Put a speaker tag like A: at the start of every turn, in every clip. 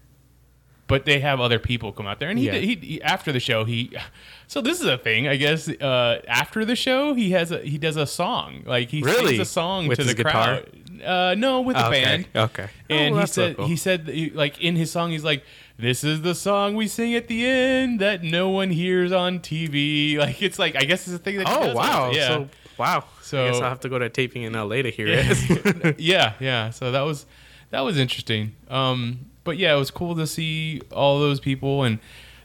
A: But they have other people come out there, and he,
B: Yeah.
A: did, he, he- after the show he. So this is a thing, I guess. Uh, after the show, he has a, he does a song, like he
B: Really?
A: sings a song
B: With
A: to
B: his
A: the
B: guitar? Oh,
A: crowd. Uh, no, with the
B: okay.
A: band.
B: Okay.
A: And
B: Oh, well,
A: he
B: that's so
A: said
B: cool.
A: he said that he- like in his song he's like this is the song we sing at the end that no one hears on TV. Like it's like I guess it's a thing that. he
B: Oh
A: does.
B: wow!
A: Yeah.
B: So wow. So
A: So-
B: I guess I'll have to go to taping in LA to hear it.
A: yeah, yeah. So that was that was interesting. Um, but yeah, it was cool to see all those people, and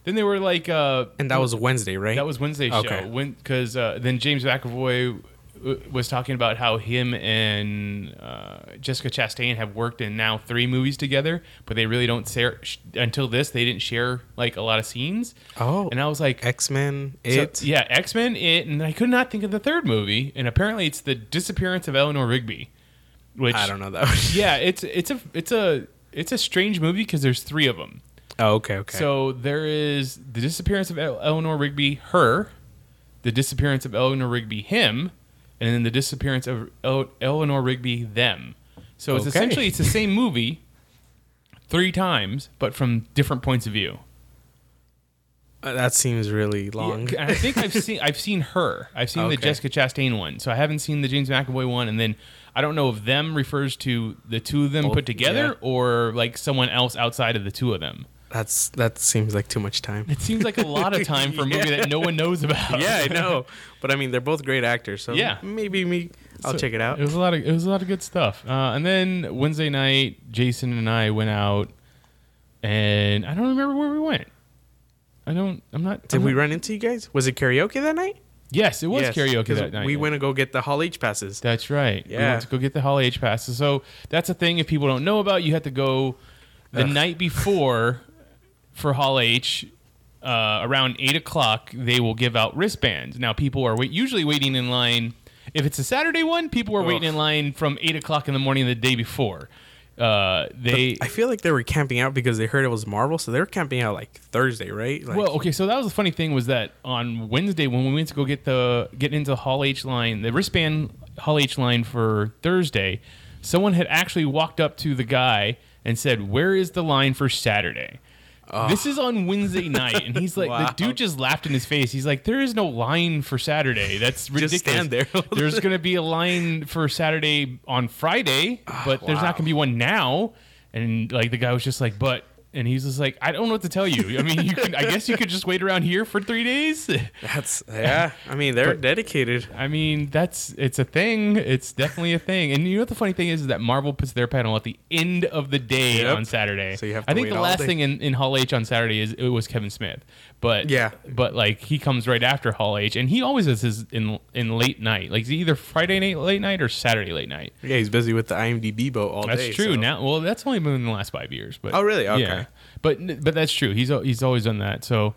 A: then they were like, uh,
B: and that was Wednesday, right?
A: that was Wednesday show
B: Okay.
A: when because uh, then James McAvoy w- was talking about how him and uh, Jessica Chastain have worked in now three movies together, but they really don't share sh- until this. They didn't share like a lot of scenes.
B: Oh.
A: and I was like,
B: X Men.
A: so,
B: It.
A: yeah, X Men, it, and I could not think of the third movie. And apparently, it's the disappearance of Eleanor Rigby, which
B: I don't know that. One.
A: Yeah, it's it's a it's a it's a strange movie because there's three of them.
B: Oh, okay. Okay.
A: So there is the disappearance of El- Eleanor Rigby, her, the disappearance of Eleanor Rigby, him, and then the disappearance of El- Eleanor Rigby, them. So it's
B: Okay.
A: essentially it's the same movie three times, but from different points of view.
B: Uh, that seems really long.
A: Yeah, and I think I've seen I've seen her. I've seen the
B: Okay.
A: Jessica Chastain one. So I haven't seen the James McAvoy one, and then I don't know if them refers to the two of them
B: Both,
A: put together
B: yeah.
A: or like someone else outside of the two of them.
B: That's that seems like too much time.
A: It seems like a lot of time for a movie that no one knows about.
B: yeah, I know. But I mean, they're both great actors, so
A: Yeah.
B: maybe me. I'll
A: So
B: check it out.
A: It was a lot of it was a lot of good stuff. Uh, and then Wednesday night, Jason and I went out, and I don't remember where we went. I don't. I'm not.
B: Did
A: I'm
B: we
A: not-
B: run into you guys? Was it karaoke that night?
A: Yes, Uh-huh. it was
B: Yes,
A: karaoke
B: 'cause
A: that night.
B: We
A: yeah.
B: went to go get the Hall H passes.
A: That's right. We
B: Yeah.
A: went to go get the Hall H passes. So that's a thing. If people don't know about, you have to go the night before for Hall H. Uh, around eight o'clock, they will give out wristbands. Now, people are wait- usually waiting in line. If it's a Saturday one, people are waiting
B: Ugh.
A: in line from eight o'clock in the morning the day before. Uh, they
B: I feel like they were camping out because they heard it was Marvel, so they were camping out like Thursday, right? Like,
A: well, okay. So that was the funny thing was that on Wednesday when we went to go get the get into the Hall H line, the wristband Hall H line for Thursday, someone had actually walked up to the guy and said, "Where is the line for Saturday?" This is on Wednesday night, and he's like,
B: Wow.
A: the dude just laughed in his face. He's like, "There is no line for Saturday. That's ridiculous.
B: stand there.
A: there's going to be a line for Saturday on Friday, but there's
B: Ah, wow.
A: not going to be one now." And like the guy was just like, "But," and he's just like, "I don't know what to tell you. I mean, you can. I guess you could just wait around here for three days.
B: that's yeah. I mean, they're dedicated.
A: I mean, that's it's a thing. It's definitely a thing. And you know what the funny thing is, is that Marvel puts their panel at the end of the day
B: Yep.
A: on Saturday.
B: So you have
A: I
B: to
A: think
B: wait
A: the
B: all
A: last
B: day.
A: thing in, in Hall H on Saturday is it was Kevin Smith, but
B: Yeah.
A: but like he comes right after Hall H, and he always is his in in late night, like it's either Friday night late night or Saturday late night.
B: Yeah, he's busy with the IMDb boat all
A: That's
B: day.
A: true.
B: so-
A: Now, well, that's only been in the last five years. But
B: Oh, really? Okay.
A: Yeah. But but that's true. He's al- he's always done that. So.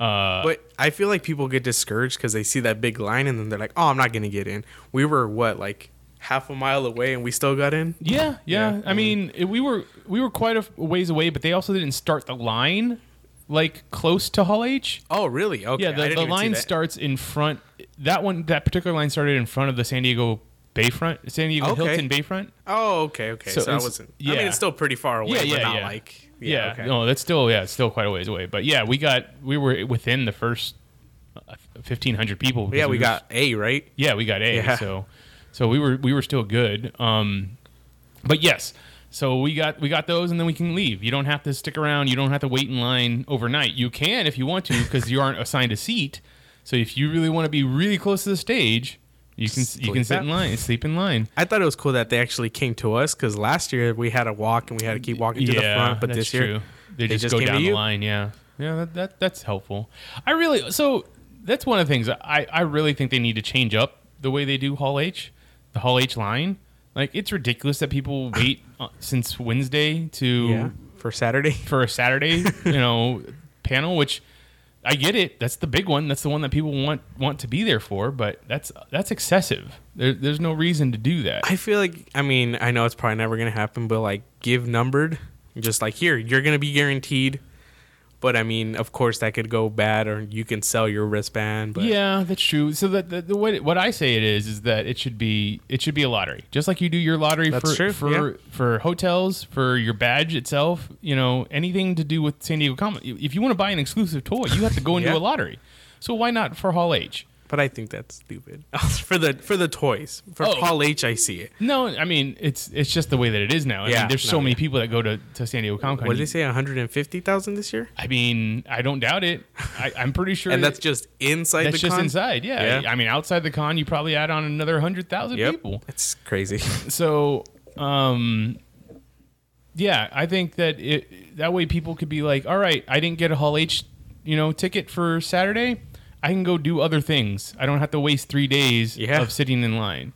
A: Uh,
B: But I feel like people get discouraged because they see that big line and then they're like, "Oh, I'm not gonna get in." We were what like half a mile away and we still got in.
A: Yeah, yeah.
B: Yeah,
A: I mean, it- we were we were quite a f- ways away, but they also didn't start the line like close to Hall H.
B: Oh, really? Okay. I
A: Yeah, the,
B: didn't
A: the
B: even see
A: line
B: that.
A: starts in front. That one, that particular line started in front of the San Diego Bayfront, San Diego
B: Okay.
A: Hilton Bayfront.
B: Oh, okay, okay.
A: So
B: So, I
A: it's-
B: wasn't. I
A: yeah.
B: mean, it's still pretty far away,
A: Yeah, yeah,
B: but not
A: yeah.
B: like.
A: Yeah,
B: okay.
A: no, that's still yeah, it's still quite a ways away. But yeah, we got we were within the first uh, fifteen hundred people.
B: yeah,
A: because
B: we
A: were-
B: got A right.
A: Yeah, we got A.
B: Yeah.
A: So so we were we were still good. Um but yes. So we got we got those and then we can leave. You don't have to stick around. You don't have to wait in line overnight. You can if you want to because you aren't assigned a seat. So if you really want to be really close to the stage, you can you can
B: Sleep
A: sit in
B: out.
A: line, sleep in line.
B: I thought it was cool that they actually came to us because last year we had to walk and we had to keep walking to the front. But
A: that's
B: this year,
A: true. they,
B: they
A: just,
B: just
A: go
B: came to
A: down the
B: you.
A: line. Yeah, yeah, that, that that's helpful. I really so that's one of the things I I really think they need to change up the way they do Hall H, the Hall H line. Like it's ridiculous that people wait uh, since Wednesday to
B: yeah, for Saturday.
A: for a Saturday, you know, panel, which. I get it. That's the big one. That's the one that people want want to be there for. But that's that's excessive. There, there's no reason to do that.
B: I feel like I mean I know it's probably never gonna happen, but like give numbered, just like here you're gonna be guaranteed. But I mean, of course that could go bad, or you can sell your wristband. But
A: Yeah, that's true. So that the, the what what I say it is is that it should be it should be a lottery, just like you do your lottery
B: That's
A: for
B: true,
A: for
B: yeah.
A: for hotels, for your badge itself. You know, anything to do with San Diego Comic. If you want to buy an exclusive toy, you have to go into
B: Yeah.
A: a lottery. So why not for Hall H?
B: but I think that's stupid for the for the toys for
A: Oh.
B: Hall H. I see it.
A: No, I mean it's it's just the way that it is now. I
B: Yeah,
A: mean, there's
B: no,
A: so many
B: yeah.
A: people that go to, to San Diego Comic Con.
B: What did they say? One hundred and fifty thousand this year,
A: I mean, I don't doubt it. I, I'm pretty sure
B: and that's
A: that-
B: just inside.
A: that's
B: the
A: just
B: con?
A: inside. Yeah.
B: Yeah.
A: I mean, outside the con, you probably add on another hundred thousand
B: Yep.
A: people.
B: That's crazy.
A: so um yeah i think that it that way people could be like all right i didn't get a hall h you know ticket for saturday i can go do other things i don't have to waste three days
B: Yeah.
A: of sitting in line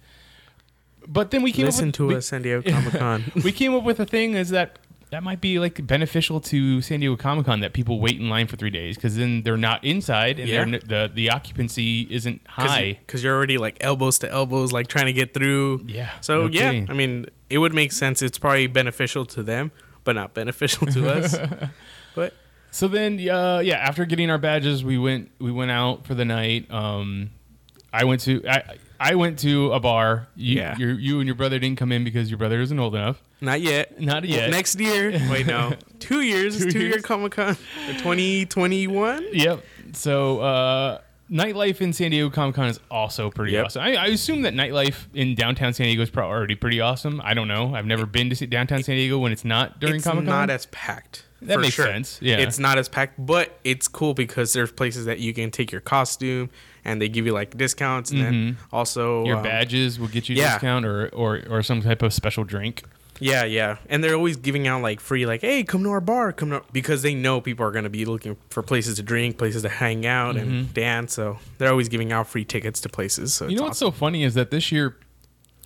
A: but then we came up
B: Listen
A: with,
B: to
A: we,
B: us, San Diego Comic Con.
A: we came up with a thing is that that might be like beneficial to San Diego Comic Con that people wait in line for three days because then they're not inside and
B: Yeah.
A: they're n- the the occupancy isn't high.
B: because you're already like elbows to elbows, like trying to get through.
A: Yeah,
B: So
A: no
B: yeah,
A: kidding.
B: I mean, it would make sense. It's probably beneficial to them, but not beneficial to us. But
A: So then, uh, yeah, after getting our badges, we went we went out for the night. Um, I went to I, I went to a bar. You,
B: Yeah.
A: your, you and your brother didn't come in because your brother isn't old enough.
B: not yet.
A: Not yet.
B: Next year. Wait, no. Two years.
A: Two
B: Two, year
A: years.
B: Comic Con. Twenty twenty one.
A: Yep. So uh, nightlife in San Diego Comic Con is also pretty
B: Yep.
A: awesome. I, I assume that nightlife in downtown San Diego is probably already pretty awesome. I don't know. I've never been to see- downtown San Diego when it's not during
B: It's
A: Comic Con.
B: not as packed.
A: That
B: for
A: makes sense, yeah.
B: It's not as packed, but it's cool because there's places that you can take your costume and they give you like discounts and then also
A: Mm-hmm. your
B: um,
A: badges will get you
B: yeah.
A: discount or, or or some type of special drink.
B: Yeah, yeah. And they're always giving out like free, like, hey, come to our bar, come to our-" because they know people are gonna be looking for places to drink, places to hang out and dance. So they're always giving out free tickets to places. So
A: Mm-hmm. You know what's so funny is that this year,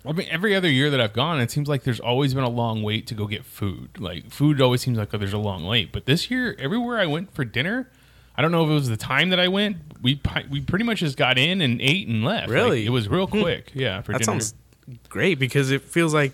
A: I mean, every other year that I've gone, it seems like there's always been a long wait to go get food. Like food always seems like oh, there's a long wait. But this year, everywhere I went for dinner, I don't know if it was the time that I went. We pi- we pretty much just got in and ate and left. Like,
B: Really? Hmm.
A: it was real quick. yeah, for
B: that
A: dinner.
B: sounds great because it feels like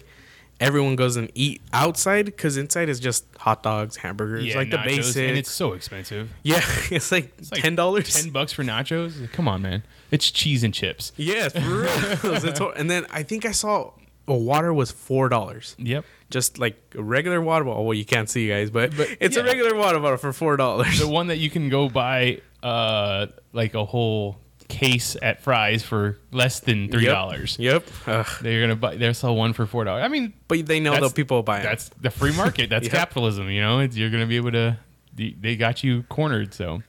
B: everyone goes and eat outside because inside is just hot dogs, hamburgers,
A: yeah,
B: like the
A: nachos,
B: basics.
A: and it's so expensive.
B: yeah, it's like
A: It's like
B: ten dollars.
A: ten bucks for nachos. Come on, man, it's cheese and chips.
B: Yes, for real. It's all- and then I think I saw a water was four dollars.
A: Yep.
B: Just like a regular water bottle. Well, you can't see, you guys, but,
A: But,
B: it's a
A: yeah.
B: regular water bottle for four dollars.
A: the one that you can go buy uh like a whole case at fries for less than three dollars
B: Yep. Ugh.
A: they're gonna buy they'll sell one for four dollars i mean
B: But they know
A: That's-
B: the people will buy it.
A: that's the free market that's
B: Yep.
A: capitalism you know it's, you're gonna be able to they- they got you cornered so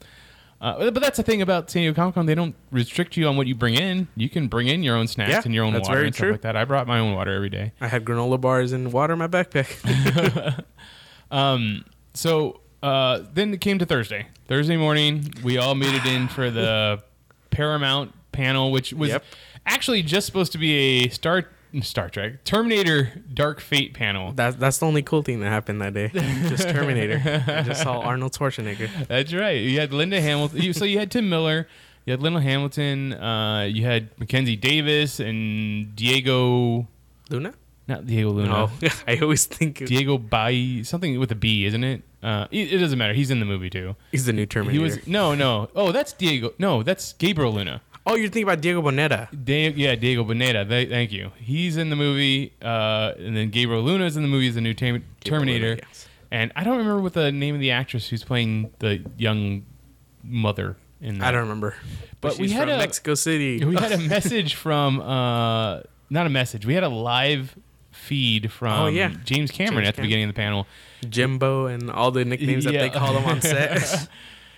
A: uh, but that's the thing about San Diego Comic Con; they don't restrict you on what you bring in. You can bring in your own snacks
B: Yeah,
A: and your own
B: that's
A: water
B: very
A: and stuff
B: true.
A: like that. I brought my own water every day.
B: I had granola bars and water in my backpack.
A: So uh, then it came to Thursday. Thursday morning, we all meted in for the Paramount panel, which was
B: Yep.
A: actually just supposed to be a Star Star Trek Terminator Dark Fate panel.
B: that's that's the only cool thing that happened that day. Just Terminator. I just saw Arnold Schwarzenegger.
A: That's right. You had Linda Hamilton. You, so you had Tim Miller. You had Linda Hamilton. Uh, you had Mackenzie Davis and Diego.
B: Luna?
A: Not Diego Luna.
B: No. I always think
A: Diego Bai something with a B, isn't it? Uh, it, it doesn't matter. He's in the movie too.
B: he's the new
A: He
B: Terminator.
A: was no, no. Oh, that's Diego. No, that's Gabriel Luna.
B: oh, you're thinking about Diego Boneta.
A: Da- yeah, Diego Boneta. Th- thank you. He's in the movie, uh, and then Gabriel Luna's in the movie as the new Tam- Terminator.
B: Luna, yes.
A: And I don't remember what the name of the actress who's playing the young mother in that.
B: I don't remember.
A: But we
B: she's
A: had
B: from
A: a-
B: Mexico City.
A: We had a message from uh, not a message. We had a live feed from
B: Oh, yeah.
A: James Cameron at
B: James
A: the
B: Cameron.
A: beginning of the panel.
B: Jimbo and all the nicknames
A: Yeah.
B: that they call him on set.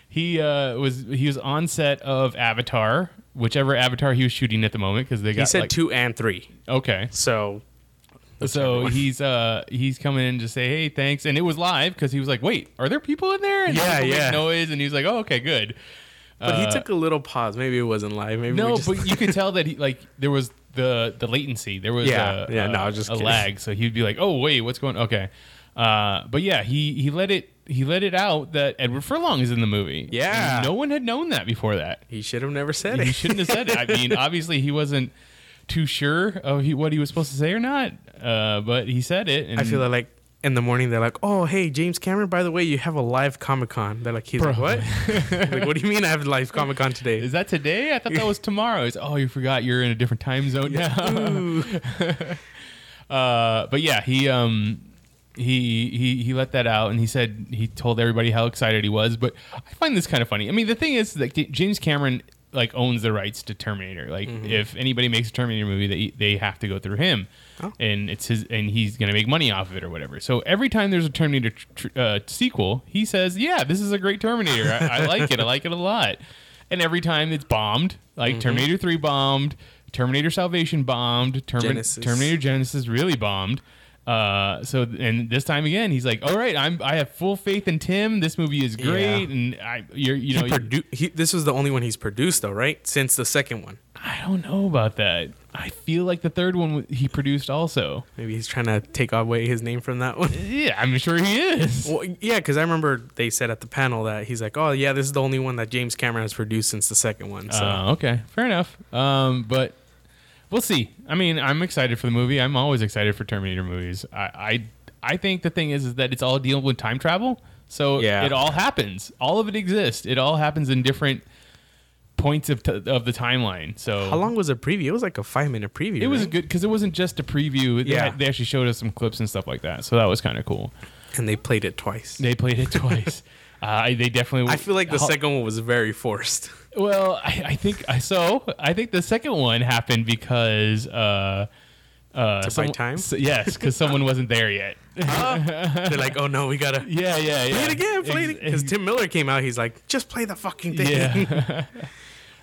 A: He uh, was he was on set of Avatar, whichever Avatar he was shooting at the moment, because they got
B: he said
A: like,
B: two and three.
A: Okay,
B: So
A: so he's uh he's coming in to say hey thanks and it was live because he was like wait are there people in there and
B: Yeah,
A: people make
B: yeah.
A: noise and he was like oh okay good
B: But he took a little pause. Maybe it wasn't live. Maybe we
A: Uh, no
B: just,
A: but you could tell that he like there was the the latency there was
B: Yeah,
A: a,
B: yeah, no,
A: a-
B: I was just
A: a
B: kidding.
A: lag so he'd be like oh wait what's going okay uh but yeah he he let it he let it out that Edward Furlong is in the movie.
B: Yeah.
A: And no one had known that before that.
B: He should have never said it.
A: He shouldn't have said it. I mean, obviously he wasn't too sure of he, what he was supposed to say or not, uh, but he said it. And
B: I feel like in the morning they're like, "Oh, hey, James Cameron, by the way, you have a live Comic Con." They're like, "He's like,
A: Bro.
B: what? like, what do you mean I have a live Comic Con today?"
A: Is that today? I thought that was tomorrow. It's oh, you forgot you're in a different time zone now. uh, but yeah, he um he he he let that out and he said he told everybody how excited he was. But I find this kind of funny. I mean, the thing is that James Cameron like owns the rights to Terminator. Like
B: Mm-hmm.
A: if anybody makes a Terminator movie, they they have to go through him.
B: Oh.
A: And it's his, and he's gonna make money off of it or whatever. So every time there's a Terminator tr- tr- uh, sequel, he says, "Yeah, this is a great Terminator. I, I like it. I like it a lot." And every time it's bombed, like
B: Mm-hmm.
A: Terminator Three bombed, Terminator Salvation bombed, Termin-
B: Genesis.
A: Terminator Genesis really bombed. Uh, so and this time again, he's like, "All right, I'm I have full faith in Tim. This movie is great,
B: Yeah.
A: and I you're, you know
B: He produ- he, this was the only one he's produced though, right? Since the second one,
A: I don't know about that. I feel like the third one w- he produced also.
B: maybe he's trying to take away his name from that one.
A: Yeah, I'm sure he is.
B: Well, yeah, because I remember they said at the panel that he's like, "Oh, yeah, this is the only one that James Cameron has produced since the second one." So
A: Uh, okay, fair enough. Um, but we'll see. I mean, I'm excited for the movie. I'm always excited for Terminator movies. I I, I think the thing is, is that it's all dealing with time travel. So
B: Yeah.
A: it all happens. All of it exists. It all happens in different points of, t- of the timeline. So
B: how long was the preview? It was like a five minute preview.
A: It was
B: right?
A: good because it wasn't just a preview. They,
B: Yeah.
A: had- they actually showed us some clips and stuff like that. So that was kind of cool.
B: and they played it twice.
A: They played it twice. Uh, they definitely.
B: I feel like the
A: Ho-
B: second one was very forced.
A: Well, I, I think I so. I think the second one happened because uh, uh,
B: To buy
A: someone-
B: time?
A: s- yes, because someone wasn't there yet.
B: They're like, "Oh no, we gotta."
A: yeah, yeah, yeah.
B: Play it again, play it
A: Ex-
B: Because Tim Miller came out, he's like, just play the fucking thing.
A: Yeah.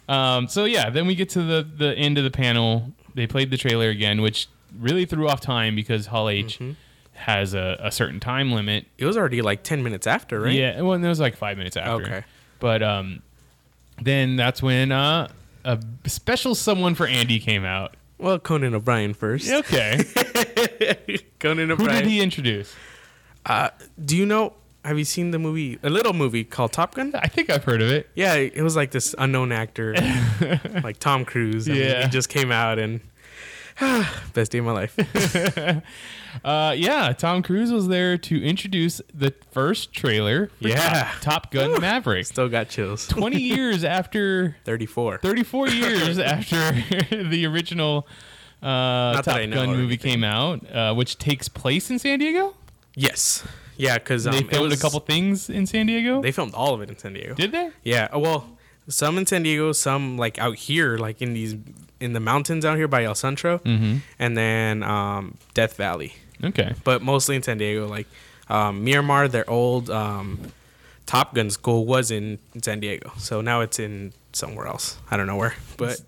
A: um, so yeah, then we get to the the end of the panel. They played the trailer again, which really threw off time because Hall H
B: Mm-hmm.
A: has a, a certain time limit.
B: It was already like 10 minutes after, right?
A: Yeah, well, and it was like five minutes after.
B: Okay.
A: But um, then that's when uh, a special someone for Andy came out.
B: Well, Conan O'Brien first.
A: Okay.
B: Conan
A: Who
B: O'Brien.
A: did he introduce?
B: Do you know, have you seen the movie, a little movie called Top Gun?
A: I think I've heard of it.
B: Yeah, it was like this unknown actor, like Tom Cruise. and
A: Yeah.
B: He just came out and, best day of my life.
A: Uh, yeah, Tom Cruise was there to introduce the first trailer for
B: Yeah.
A: Top, Top Gun Maverick.
B: Still got chills.
A: 20 years after
B: 34.
A: 34 years after the original uh,
B: that
A: Top
B: I
A: Gun
B: know or
A: movie
B: anything.
A: came out, uh, which takes place in San Diego.
B: Yes. Yeah, because um,
A: they
B: it
A: filmed
B: was-
A: a couple things in San Diego.
B: They filmed all of it in San Diego.
A: Did they?
B: Yeah. uh, Well, some in San Diego, some like out here, like in these in the mountains out here by El Centro, and then um, Death Valley,
A: Okay.
B: but mostly in San Diego. Like um, Miramar, their old um, Top Gun school was in San Diego, so now it's in somewhere else. I don't know where, but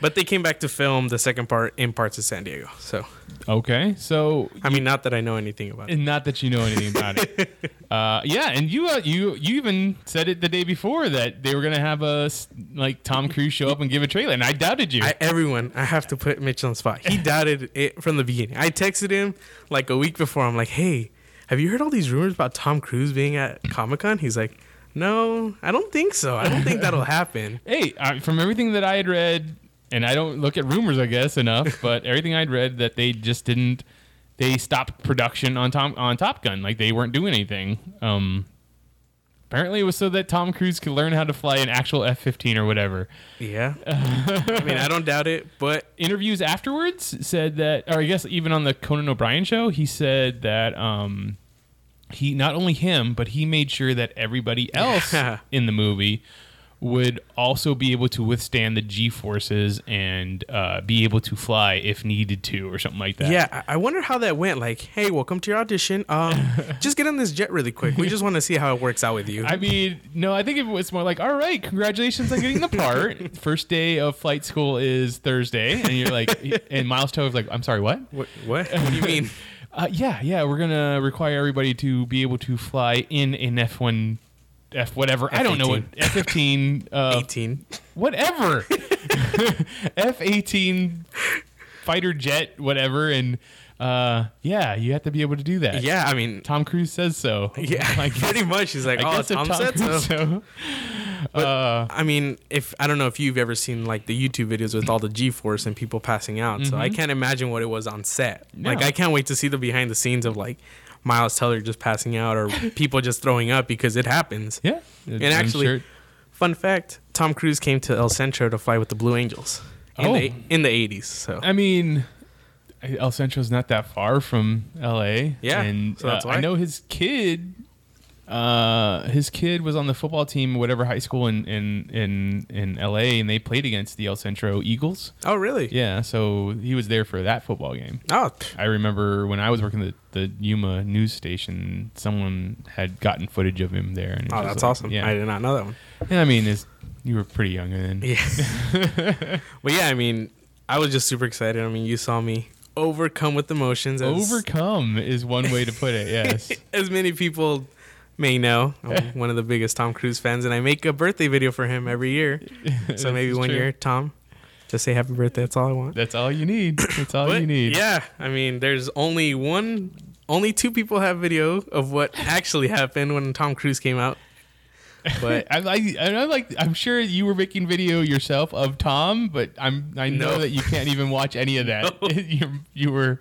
B: but they came back to film the second part in parts of San Diego. So
A: Okay. So,
B: I mean, not that I know anything about it.
A: and not that you know anything about it. Uh, yeah, and you uh, you you even said it the day before that they were gonna have us like Tom Cruise show up and give a trailer, and I doubted you.
B: I, everyone, I have to put Mitch on the spot. He doubted it from the beginning. I texted him like a week before. I'm like, hey, have you heard all these rumors about Tom Cruise being at Comic Con? He's like, no, I don't think so. I don't think that'll happen.
A: hey, I, from everything that I had read, and I don't look at rumors, I guess, enough, but everything I'd read that they just didn't, they stopped production on Tom on Top Gun, like they weren't doing anything. Um, apparently, it was so that Tom Cruise could learn how to fly an actual F-15 or whatever.
B: Yeah. I mean, I don't doubt it, but
A: interviews afterwards said that, or I guess even on the Conan O'Brien show, he said that um, he not only him, but he made sure that everybody else
B: Yeah.
A: in the movie would also be able to withstand the G forces and uh, be able to fly if needed to, or something like that.
B: yeah, I I wonder how that went. Like, hey, welcome to your audition. Um, just get on this jet really quick. We just want to see how it works out with you.
A: I mean, no, I think it was more like, all right, congratulations on getting the part. First day of flight school is Thursday. And you're like, and Miles Tover's like, I'm sorry, what?
B: what, what? What do you mean?
A: Uh, yeah, yeah, we're gonna require everybody to be able to fly in an F one, F whatever. I I don't know what F fifteen, uh,
B: 18.
A: whatever, F eighteen fighter jet, whatever, and Uh, yeah, you have to be able to do that.
B: Yeah, I mean,
A: Tom Cruise says so.
B: yeah,
A: Like,
B: pretty much. He's like,
A: I
B: oh,
A: guess if
B: Tom, said so.
A: Cruise so. uh,
B: I mean, if I don't know if you've ever seen like the YouTube videos with all the G-force and people passing out, so I can't imagine what it was on set. Like,
A: Mm-hmm. No.
B: I can't wait to see the behind the scenes of like Miles Teller just passing out or people just throwing up because it happens.
A: yeah. I'm
B: actually-
A: sure-
B: Fun fact: Tom Cruise came to El Centro to fly with the Blue Angels in
A: Oh. Uh,
B: the in the eighties. So
A: I mean, El Centro's not that far from L.A.
B: Yeah,
A: and
B: so that's
A: uh,
B: why.
A: I know his kid. Uh, his kid was on the football team, whatever high school in in in in L.A. and they played against the El Centro Eagles.
B: oh, really?
A: Yeah, so he was there for that football game.
B: Oh, pff,
A: I remember when I was working the the Yuma news station, someone had gotten footage of him there. And it
B: oh,
A: was
B: that's
A: like-
B: awesome. I
A: Yeah,
B: did not know that one.
A: yeah I mean, it's, you were pretty young then.
B: Yeah. but yeah, I mean, I was just super excited. I mean, you saw me overcome with emotions. As,
A: Overcome is one way to put it. Yes.
B: as many people may know, I'm one of the biggest Tom Cruise fans, and I make a birthday video for him every year. So
A: This
B: maybe
A: is
B: one
A: true.
B: year, Tom, just say happy birthday. That's all I want.
A: That's all you need. That's all
B: But,
A: you need.
B: Yeah, I mean, there's only one, only two people have video of what actually happened when Tom Cruise came out. But
A: I like. I like. I'm sure you were making video yourself of Tom, but I'm. I know
B: No.
A: that you can't even watch any of that.
B: No.
A: you, you were,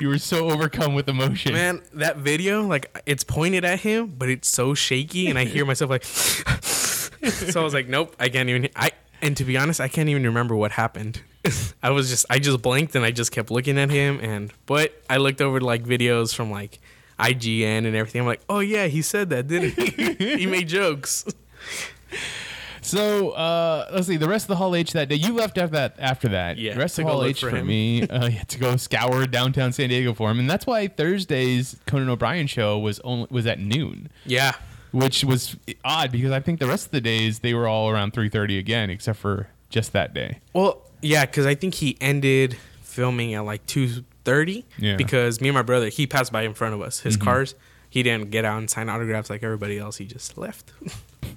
A: you were so overcome with emotion.
B: Man, that video, like it's pointed at him, but it's so shaky, and I hear myself like. so I was like, nope, I can't even. I and to be honest, I can't even remember what happened. I was just, I just blanked, and I just kept looking at him, and but I looked over like videos from like IGN and everything. I'm like, oh yeah, he said that, didn't he? he made jokes.
A: So uh, let's see. The rest of the Hall H that day, you left after that. After that,
B: Yeah,
A: The rest
B: to
A: of
B: go
A: Hall
B: look
A: H
B: for
A: for,
B: him.
A: me uh, you had to go scour downtown San Diego for him, and that's why Thursday's Conan O'Brien show was only was at noon,
B: Yeah,
A: which was odd because I think the rest of the days they were all around three thirty again, except for just that day.
B: Well, yeah, because I think he ended filming at like two thirty.
A: Yeah. Mm-hmm.
B: Because me and my brother, he passed by in front of us. His cars, he didn't get out and sign autographs like everybody else. He just left.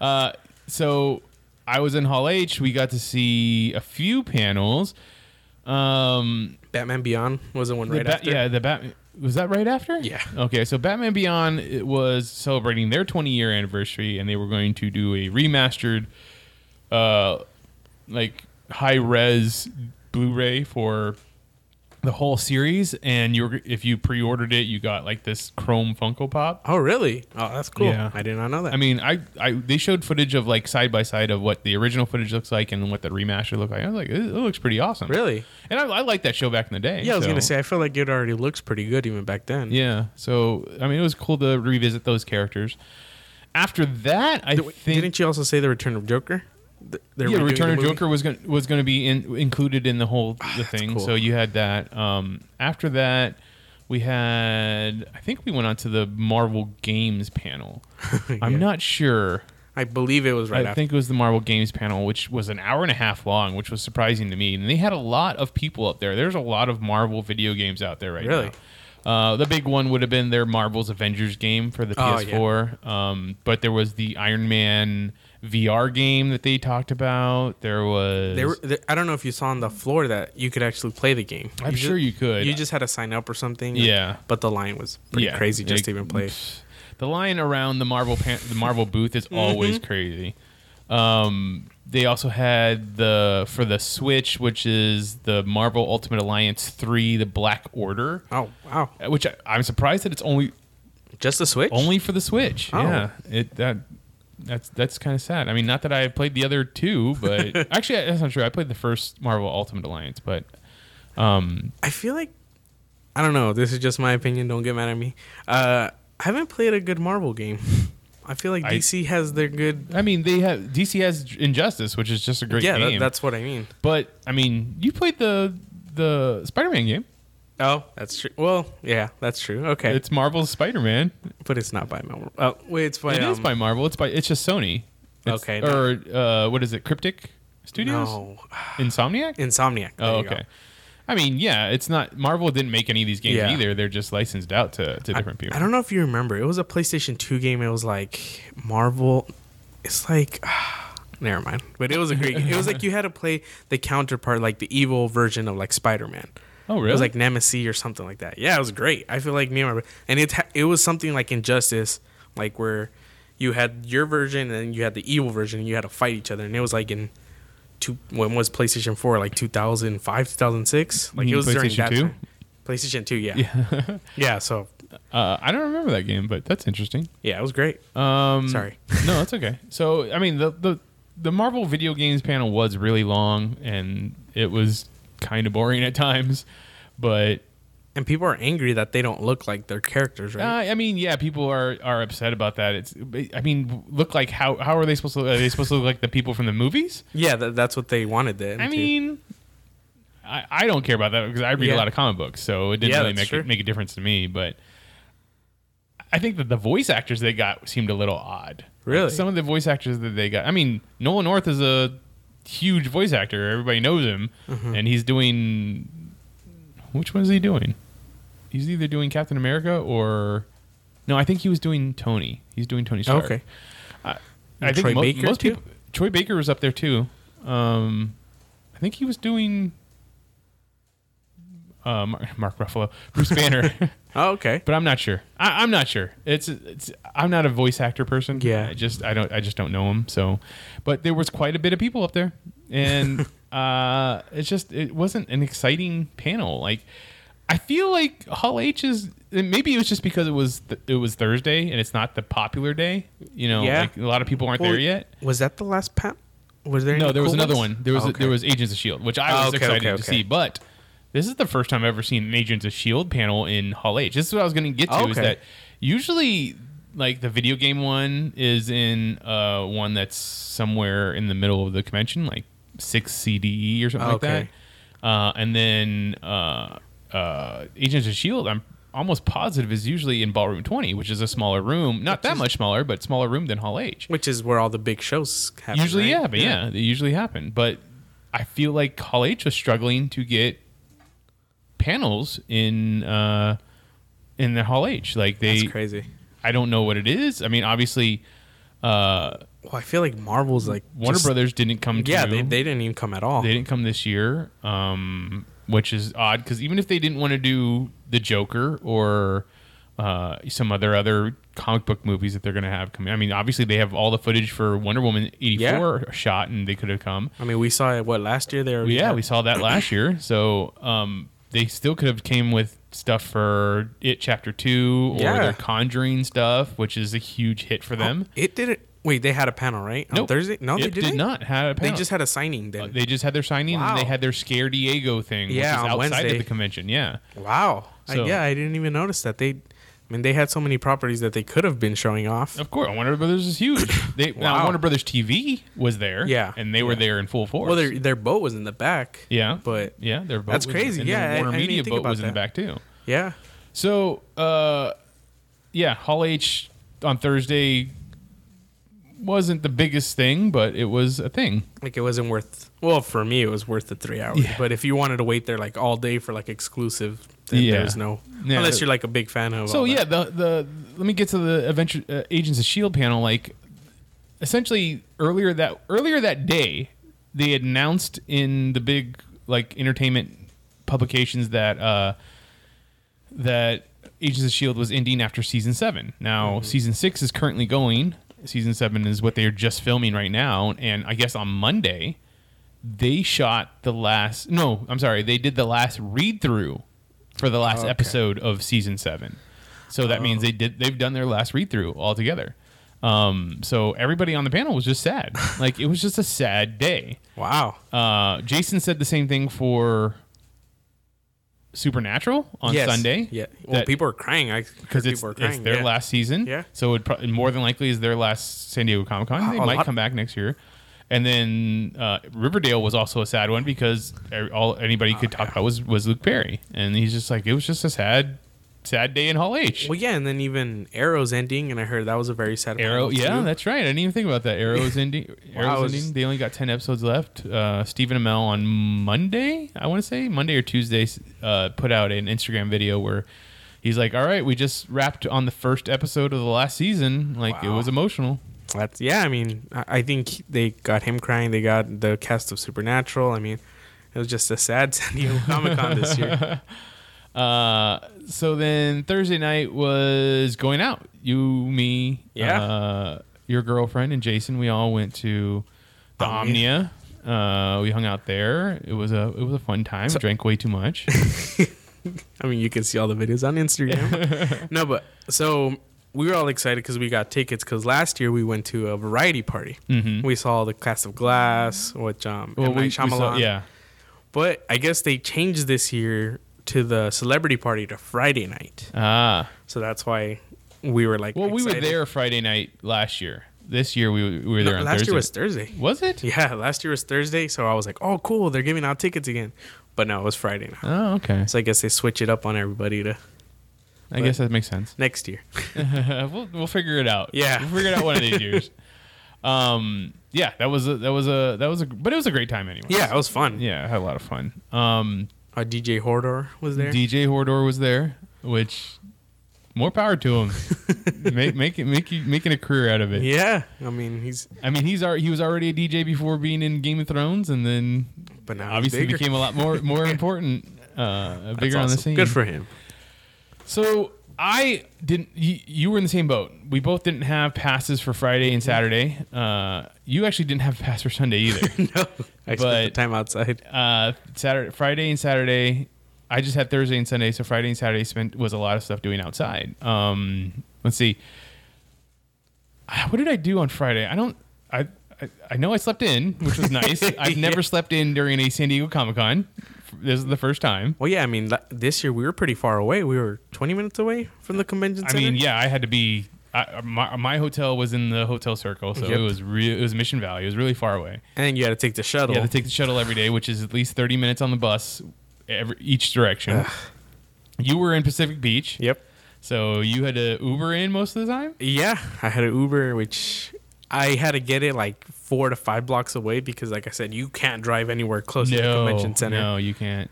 A: Uh, so I was in Hall H. We got to see a few panels. Um,
B: Batman Beyond was the one
A: the
B: right
A: Bat-
B: after.
A: Yeah, the Batman. Was that right after?
B: Yeah.
A: Okay, so Batman Beyond it was celebrating their 20 year anniversary, and they were going to do a remastered, uh, like high res Blu Ray for the whole series. And you were, if you pre ordered it, you got like this Chrome Funko Pop.
B: Oh really? Oh, that's cool.
A: Yeah.
B: I did not know that.
A: I mean, I, I they showed footage of like side by side of what the original footage looks like and what the remaster looked like. I was like, it, it looks pretty awesome.
B: really?
A: And I, I liked that show back in the day.
B: Yeah, I was
A: so-
B: gonna say. I feel like it already looks pretty good even back then.
A: Yeah. So I mean, it was cool to revisit those characters. After that, I
B: Th- wait,
A: think
B: Didn't you also say the Return of Joker? Th- they're
A: yeah,
B: redoing
A: Return
B: the
A: of
B: movie? Ah,
A: Joker was going was going to be in, included in the whole the thing.
B: cool.
A: So you had that. Um, after that, we had I think we went on to the Marvel Games panel.
B: Yeah.
A: I'm not sure.
B: I believe it was right
A: I
B: after.
A: think it was the Marvel Games panel, which was an hour and a half long, which was surprising to me. And they had a lot of people up there. There's a lot of Marvel video games out there right
B: Really?
A: now. Uh, the big one would have been their Marvel's Avengers game for the
B: Oh,
A: PS4. Um, but there was the Iron Man VR game that they talked about. There was.
B: They were, they, I don't know if you saw on the floor that you could actually play the game.
A: I'm
B: you ju-
A: sure you could.
B: You just had to sign up or something.
A: Yeah.
B: But the line was pretty crazy just
A: it-
B: to even play.
A: pfft. The line around the Marvel pan- the Marvel booth is always crazy. Um, they also had the for the Switch, which is the Marvel Ultimate Alliance three, the Black Order,
B: Oh wow!
A: uh, which I, I'm surprised that it's only
B: Just the switch.
A: only for the Switch.
B: Oh.
A: Yeah, it that. That's that's kind of sad. I mean, not that I played the other two, but actually, that's not true. I played the first Marvel Ultimate Alliance, but um,
B: I feel like I don't know. This is just my opinion. Don't get mad at me. Uh, I haven't played a good Marvel game. I feel like
A: I-
B: DC has their good.
A: I mean, they have DC has Injustice, which is just a great
B: yeah,
A: game.
B: that, that's what I mean.
A: But I mean, you played the the Spider-Man game.
B: Oh, that's true. Well, yeah, that's true. Okay,
A: It's Marvel's Spider-Man.
B: but it's not by Marvel. Oh, wait, it's
A: It
B: by.
A: is
B: um,
A: by Marvel. It's by it's just Sony. It's-
B: Okay, no.
A: Or uh, what is it? Cryptic Studios.
B: No,
A: Insomniac.
B: Insomniac. There
A: oh,
B: you go.
A: okay. I mean, yeah, it's not Marvel didn't make any of these games
B: Yeah.
A: either. They're just licensed out to, to different people.
B: I don't know if you remember. It was a PlayStation 2 game. It was like Marvel. It's like. never mind. But it was a great game. It was like you had to play the counterpart, like the evil version of like Spider Man.
A: Oh,
B: It
A: really?
B: was like Nemesis or something like that. Yeah, it was great. I feel like me and my and it ha- it was something like Injustice, like where you had your version and then you had the evil version and you had to fight each other and it was like in two when was PlayStation 4 like 2005 2006 like
A: You mean
B: it was during
A: PlayStation
B: that
A: 2?
B: time. PlayStation 2, yeah. yeah.
A: yeah.
B: so
A: uh, I don't remember that game, but that's interesting.
B: yeah, it was great.
A: Um,
B: Sorry.
A: no, that's okay. So, I mean, the, the the Marvel video games panel was really long, and it was kind of boring at times. But
B: And people are angry that they don't look like their characters, right?
A: uh, I mean, yeah, people are, are upset about that. It's, I mean, look like how how are they supposed to? Look? Are they supposed to look like the people from the movies?
B: yeah, tha- that's what they wanted then.
A: I mean, I, I don't care about that because I read a
B: Yeah.
A: lot of comic books, so it didn't
B: Yeah,
A: really
B: that's
A: make
B: true.
A: it, make a difference to me. But I think that the voice actors they got seemed a little odd. Like,
B: Really?
A: some of the voice actors that they got. I mean, Nolan North is a huge voice actor. Everybody knows him,
B: Mm-hmm.
A: and he's doing. Which one is he doing? He's either doing Captain America or. No, I think he was doing Tony. He's doing Tony Stark.
B: okay.
A: I think
B: Troy
A: mo-
B: Baker,
A: most
B: too?
A: people. Troy Baker was up there too. Um, I think he was doing uh, Mar- Mark Ruffalo, Bruce Banner,
B: Oh, okay.
A: but I'm not sure. I, I'm not sure. It's, it's I'm not a voice actor person.
B: Yeah.
A: I just I don't I just don't know him. So, but there was quite a bit of people up there, and uh, it's just it wasn't an exciting panel. Like I feel like Hall H is and maybe it was just because it was th- it was Thursday and it's not the popular day. You know,
B: Yeah.
A: like a lot of people aren't there
B: Well,
A: yet.
B: Was that the last pat? Was there
A: No,
B: any
A: there was
B: cool
A: another
B: ones?
A: one. There was
B: Oh,
A: there
B: okay.
A: was Agents of Shield, which I
B: Oh,
A: was
B: okay,
A: excited
B: okay,
A: to
B: okay.
A: see. But this is the first time I've ever seen an Agents of Shield E panel in Hall H. This is what I was going to get to. Is
B: Okay.
A: that usually like the video game one is in uh, one that's somewhere in the middle of the convention, like six CDE or something like
B: Okay.
A: that. Uh, and then uh, uh, Agents of Shield, I'm almost positive is usually in Ballroom 20, which is a smaller room, not that much smaller, but smaller room than Hall H.
B: Which is where all the big shows happen.
A: Usually,
B: right?
A: yeah, but yeah. they usually happen. But I feel like Hall H was struggling to get panels in uh, in the Hall H. Like they,
B: That's crazy.
A: I don't know what it is. I mean, obviously, uh,
B: Well, I feel like Marvel's like
A: Warner
B: just-
A: Brothers didn't come. To,
B: Yeah, they, they didn't even come at all.
A: they didn't come this year, um, which is odd because even if they didn't want to do the Joker or uh, some other other comic book movies that they're going to have coming, I mean, obviously they have all the footage for Wonder Woman eighty four shot, and they could have come.
B: I mean, we saw it what last year. They were
A: yeah, we saw that last year. So um, they still could have came with stuff for it chapter two or
B: Yeah.
A: their Conjuring stuff, which is a huge hit for them.
B: Oh, It didn't. Wait, they had a panel right on
A: Nope.
B: Thursday. No,
A: It
B: they didn't.
A: did not have a
B: They
A: panel.
B: just had a signing then.
A: They just had their signing and
B: Wow.
A: they had their Scare Diego thing,
B: Yeah,
A: which is
B: on
A: outside
B: Wednesday.
A: of the convention. Yeah.
B: wow. I-
A: So-
B: yeah, I didn't even notice that they. I mean, they had so many properties that they could have been showing off.
A: Of course, Warner Brothers is huge. They now
B: Wow.
A: Warner Brothers TV was there,
B: Yeah.
A: and they were
B: Yeah.
A: there in full force.
B: Well, their their boat was in the back.
A: yeah,
B: but-
A: yeah, their boat
B: That's
A: was-
B: crazy.
A: and
B: Yeah, I-
A: their Warner
B: I didn't
A: Media
B: think
A: boat
B: about
A: was in
B: that.
A: the back too.
B: Yeah.
A: So, uh, yeah, Hall H on Thursday wasn't the biggest thing, but it was a thing.
B: Like it wasn't worth. Well, for me, it was worth the three hours.
A: Yeah.
B: But if you wanted to wait there like all day for like exclusive, then
A: Yeah.
B: there's no.
A: Yeah.
B: unless you're like a big fan of.
A: So
B: all that.
A: yeah, the the let me get to the Adventure uh, Agents of Shield panel. Like, essentially earlier that earlier that day, they announced in the big like entertainment publications that uh, that Agents of Shield E was ending after season seven. Now season six is currently going. Season seven is what they are just filming right now, and I guess on Monday they shot the last. No, I'm sorry, they did the last read through for the last episode of season seven. So that
B: Oh.
A: means they did they've done their last read through altogether. Um, so everybody on the panel was just sad. like it was just a sad day.
B: Wow.
A: Uh, Jason said the same thing for Supernatural on
B: Yes.
A: Sunday.
B: Yeah. Well,
A: That-
B: people are crying. I
A: because
B: heard
A: it's,
B: people are
A: it's
B: crying.
A: their
B: yeah.
A: last season.
B: Yeah.
A: So it pro- more than likely is their last San Diego Comic Con. They
B: A
A: might
B: lot-
A: come back next year. And then uh, Riverdale was also a sad one because er- all anybody
B: Oh,
A: could talk about was was Luke Perry, and he's just like it was just a sad, sad day in Hall H.
B: Well, yeah, and then even Arrow's ending, and I heard that was a very sad.
A: Arrow,
B: final,
A: yeah,
B: too.
A: that's right. I didn't even think about that. Arrow's ending. Arrow's
B: I was-
A: ending. They only got ten episodes left. Uh, Stephen Amell on Monday, I want to say Monday or Tuesday, uh, put out an Instagram video where he's like, "All right, we just wrapped on the first episode of the last season. Like it
B: Wow.
A: was emotional."
B: That's- yeah. I mean, I, I think they got him crying. They got the cast of Supernatural. I mean, It was just a sad San Diego Comic Con this year.
A: Uh, so then Thursday night was going out. You, me,
B: Yeah.
A: uh, your girlfriend, and Jason. We all went to
B: Oh,
A: the Omnia.
B: Omnia.
A: Uh, we hung out there. It was a it was a fun time. Drank way too much.
B: I mean, you can see all the videos on Instagram. no, but so we were all excited because we got tickets because last year we went to a variety party. Mm-hmm. We saw the Class of Glass, which um,
A: Well,
B: M. Night
A: saw-
B: Shyamalan.
A: yeah,
B: But I guess they changed this year to the celebrity party to Friday night.
A: ah.
B: So that's why we were like,
A: Well, we were
B: excited.
A: there Friday night last year. This year we, we were there
B: No,
A: on
B: last
A: Thursday.
B: year was Thursday.
A: was it?
B: Yeah, last year was Thursday, so I was like, "Oh, cool, they're giving out tickets again." But no, it was Friday now.
A: Oh, okay.
B: So I guess they switch it up on everybody to
A: I guess that makes sense.
B: next year.
A: we'll we'll figure it out.
B: Yeah.
A: we'll figure it out one of these years. Um, yeah, that was a, that was a that was a but it was a great time anyway.
B: yeah, it was fun. Yeah.
A: yeah, I had a lot of fun. Um,
B: Our DJ Hordor was there.
A: DJ Hordor was there, which more power to him. make make it make you making a career out of it.
B: yeah, I mean he's
A: I mean, he's al- he was already a DJ before being in Game of Thrones, and then
B: but now he's
A: obviously
B: bigger.
A: became a lot more more important, uh,
B: That's
A: bigger on the
B: awesome.
A: scene.
B: Good for him.
A: So I didn't. You, you were in the same boat. We both didn't have passes for Friday and Saturday. Uh, you actually didn't have a pass for Sunday either.
B: no, I spent the
A: But-
B: time outside.
A: uh, Saturday, Friday and Saturday. I just had Thursday and Sunday, so Friday and Saturday spent was a lot of stuff doing outside. Um, let's see, Ah, what did I do on Friday? I don't. I I, I know I slept in, which was nice. I've never slept in during a San Diego Comic Con. This is the first time.
B: Well, yeah, I mean la- this year we were pretty far away. We were 20 minutes away from the convention
A: I
B: center.
A: mean, yeah, I had to be. I, my, my hotel was in the hotel circle, so
B: Yep.
A: it was real. It was Mission Valley. It was really far away.
B: and you had to take the shuttle.
A: You had to take the shuttle every day, which is at least thirty minutes on the bus, every each direction. You were in Pacific Beach,
B: yep.
A: so you had to Uber in most of the time.
B: Yeah, I had an Uber, which I had to get it like four to five blocks away because, like I said, you can't drive anywhere close to the convention center.
A: no, you can't.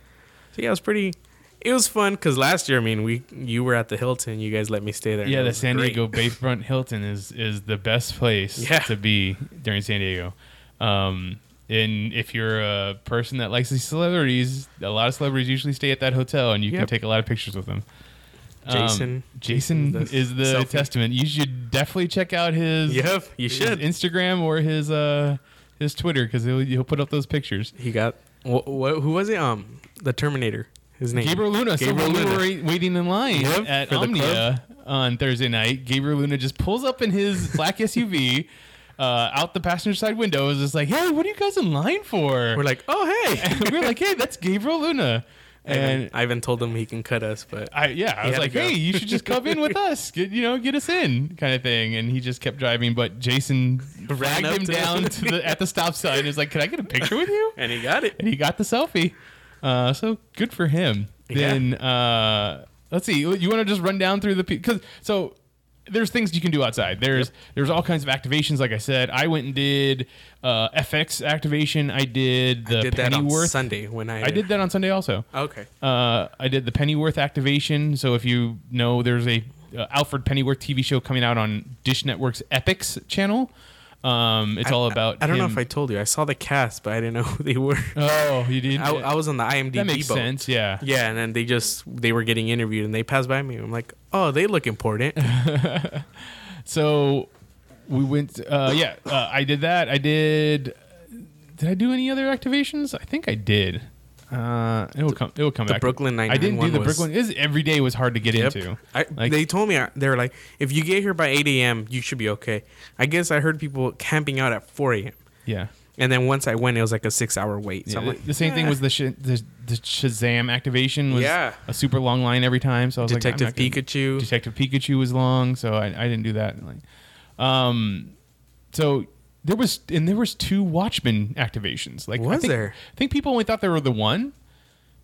B: So yeah, it was pretty. It was fun because last year, I mean, we you were at the Hilton, you guys let me stay there. and
A: Yeah,
B: it
A: the
B: was
A: San
B: great.
A: Diego Bayfront Hilton is is the best place
B: Yeah.
A: to be during San Diego. Um, and if you're a person that likes these celebrities, a lot of celebrities usually stay at that hotel, and you can
B: Yep.
A: take a lot of pictures with them. Um,
B: Jason.
A: Jason
B: is the
A: is the
B: selfie.
A: testament. You should definitely check out his.
B: Yep, you
A: his
B: should.
A: Instagram or his uh his Twitter because he'll, he'll put up those pictures.
B: He got wh- wh- who was it? Um, the Terminator. His name.
A: Gabriel Luna.
B: Gabriel
A: so when
B: Luna.
A: we were waiting in line
B: Yep,
A: at
B: for the
A: Omnia on Thursday night. Gabriel Luna just pulls up in his black SUV uh, out the passenger side window. Is just like, hey, what are you guys in line for?
B: We're like, oh hey.
A: we were like, hey, that's Gabriel Luna.
B: and
A: And
B: I even told him he can cut us, but
A: I yeah, I
B: He
A: was
B: had to
A: like,
B: go.
A: hey, you should just come in with us, get, you know, get us in, kind of thing. And he just kept driving, but Jason dragged
B: up
A: him
B: to
A: down
B: him.
A: to the at the stop sign. and was like, can I get a picture with you?
B: and he got it.
A: and he got the selfie. Uh, so good for him.
B: Yeah.
A: Then uh, let's see. You want to just run down through the because so there's things you can do outside. There's there's all kinds of activations. Like I said, I went and did uh, FX activation. I did the
B: Did that on
A: Pennyworth.
B: Sunday Oh. when I
A: I did that on Sunday also.
B: Okay.
A: Uh, I did the Pennyworth activation. So if you know, there's a uh, Alfred Pennyworth TV show coming out on Dish Network's Epics channel. Um, it's all about.
B: I, I don't know
A: him-
B: if I told you. I saw the cast, but I didn't know who they were.
A: Oh, you did.
B: I, I was on the IMDb.
A: that makes
B: boat.
A: sense. Yeah.
B: Yeah, and then they just they were getting interviewed and they passed by me. I'm like, oh, they look important.
A: So we went. Uh, yeah, uh, I did that. I did. Did I do any other activations? I think I did. Uh, it will come. It will come back.
B: Brooklyn
A: I didn't do
B: 99 one
A: the
B: was-
A: Brooklyn. Is every day was hard to get into.
B: I,
A: Like-
B: they told me uh, they were like, if you get here by 8 a.m., you should be okay. I guess I heard people camping out at 4 a.m.
A: yeah.
B: And then once I went, it was like a six hour wait. So
A: Yeah,
B: I'm like,
A: the same thing
B: "Yeah."
A: was the, sh- the the Shazam activation was
B: Yeah.
A: a super long line every time. So I was
B: Detective
A: like, I'm not gonna-
B: Pikachu.
A: Detective Pikachu was long, so I, I didn't do that. Like, um, so there was and there was two Watchmen activations. Like, I
B: Was
A: think,
B: there?
A: I think people only thought there were the one,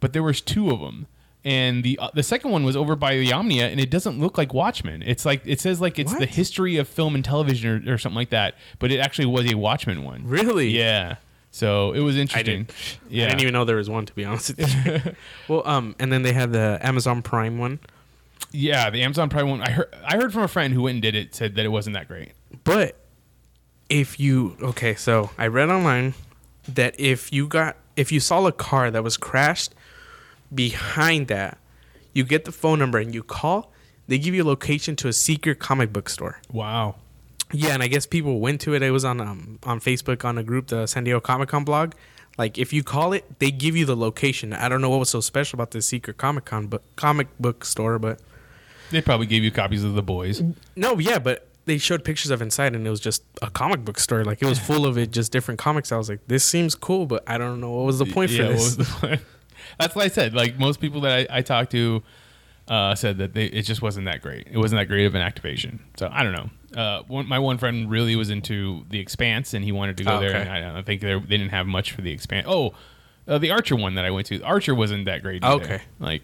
A: but there was two of them. And the uh, the second one was over by the Omnia, and it doesn't look like Watchmen. It's like it says like it's the
B: What?
A: history of film and television or, or something like that. But it actually was a Watchmen one.
B: Really?
A: Yeah. So it was
B: I
A: interesting.
B: didn't.
A: Yeah.
B: I didn't even know there was one to be honest. With you. well, um, and then they had the Amazon Prime one,
A: Yeah, the Amazon Prime one. I heard. I heard from a friend who went and did it. Said that it wasn't that great.
B: but if you okay, so I read online that if you got if you saw a car that was crashed behind that, you get the phone number and you call. They give you a location to a secret comic book store.
A: Wow.
B: Yeah, and I guess people went to it. It was on um, on Facebook on a group, the San Diego Comic Con blog. Like if you call it, they give you the location. I don't know what was so special about the secret Comic Con but comic book store, but
A: They probably gave you copies of The Boys.
B: no, yeah, but they showed pictures of inside and it was just a comic book store. Like it was full of it, just different comics. I was like, this seems cool, but I don't know what was the point
A: Yeah,
B: for
A: what was
B: this.
A: the point? That's what I said. Like most people that I, I talked to uh, said that they, it just wasn't that great. It wasn't that great of an activation. So I don't know. Uh, one, my one friend really was into the Expanse, and he wanted to go
B: Oh,
A: there.
B: okay.
A: And I, don't think they they didn't have much for the Expanse. Oh, uh, the Archer one that I went to. Archer wasn't that great. either.
B: Okay.
A: like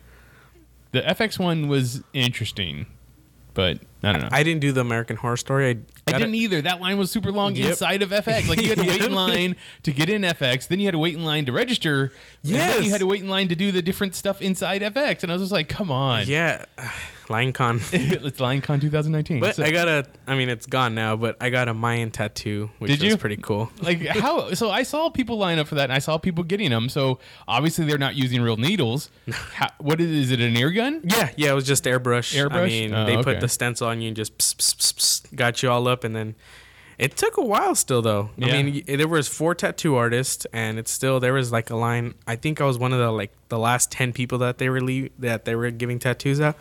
A: the FX one was interesting, but I don't know.
B: I didn't do the American Horror Story. I,
A: I
B: got
A: didn't
B: it-
A: either. That line was super long
B: Yep.
A: inside of FX. Like you had to wait in line to get in FX, then you had to wait in line to register. and then
B: Yes.
A: you had to wait in line to do the different stuff inside FX. And I was just like, come on.
B: Yeah, Lion Con.
A: it's LionCon 2019.
B: But
A: So-
B: I got a. I mean, it's gone now, but I got a Mayan tattoo, which
A: Did
B: was
A: you?
B: pretty cool.
A: like how so I saw people line up for that and I saw people getting them. So obviously they're not using real needles. How, what is, is it an ear gun?
B: Yeah, yeah, it was just airbrush. I
A: Airbrush?
B: mean,
A: Oh,
B: they
A: okay.
B: put the stencil on you and just pss, pss, pss, pss, got you all up, and then it took a while still, though.
A: Yeah.
B: I mean, y- there was four tattoo artists, and it's still there was like a line. I think I was one of the like the last ten people that they were leave, that they were giving tattoos out.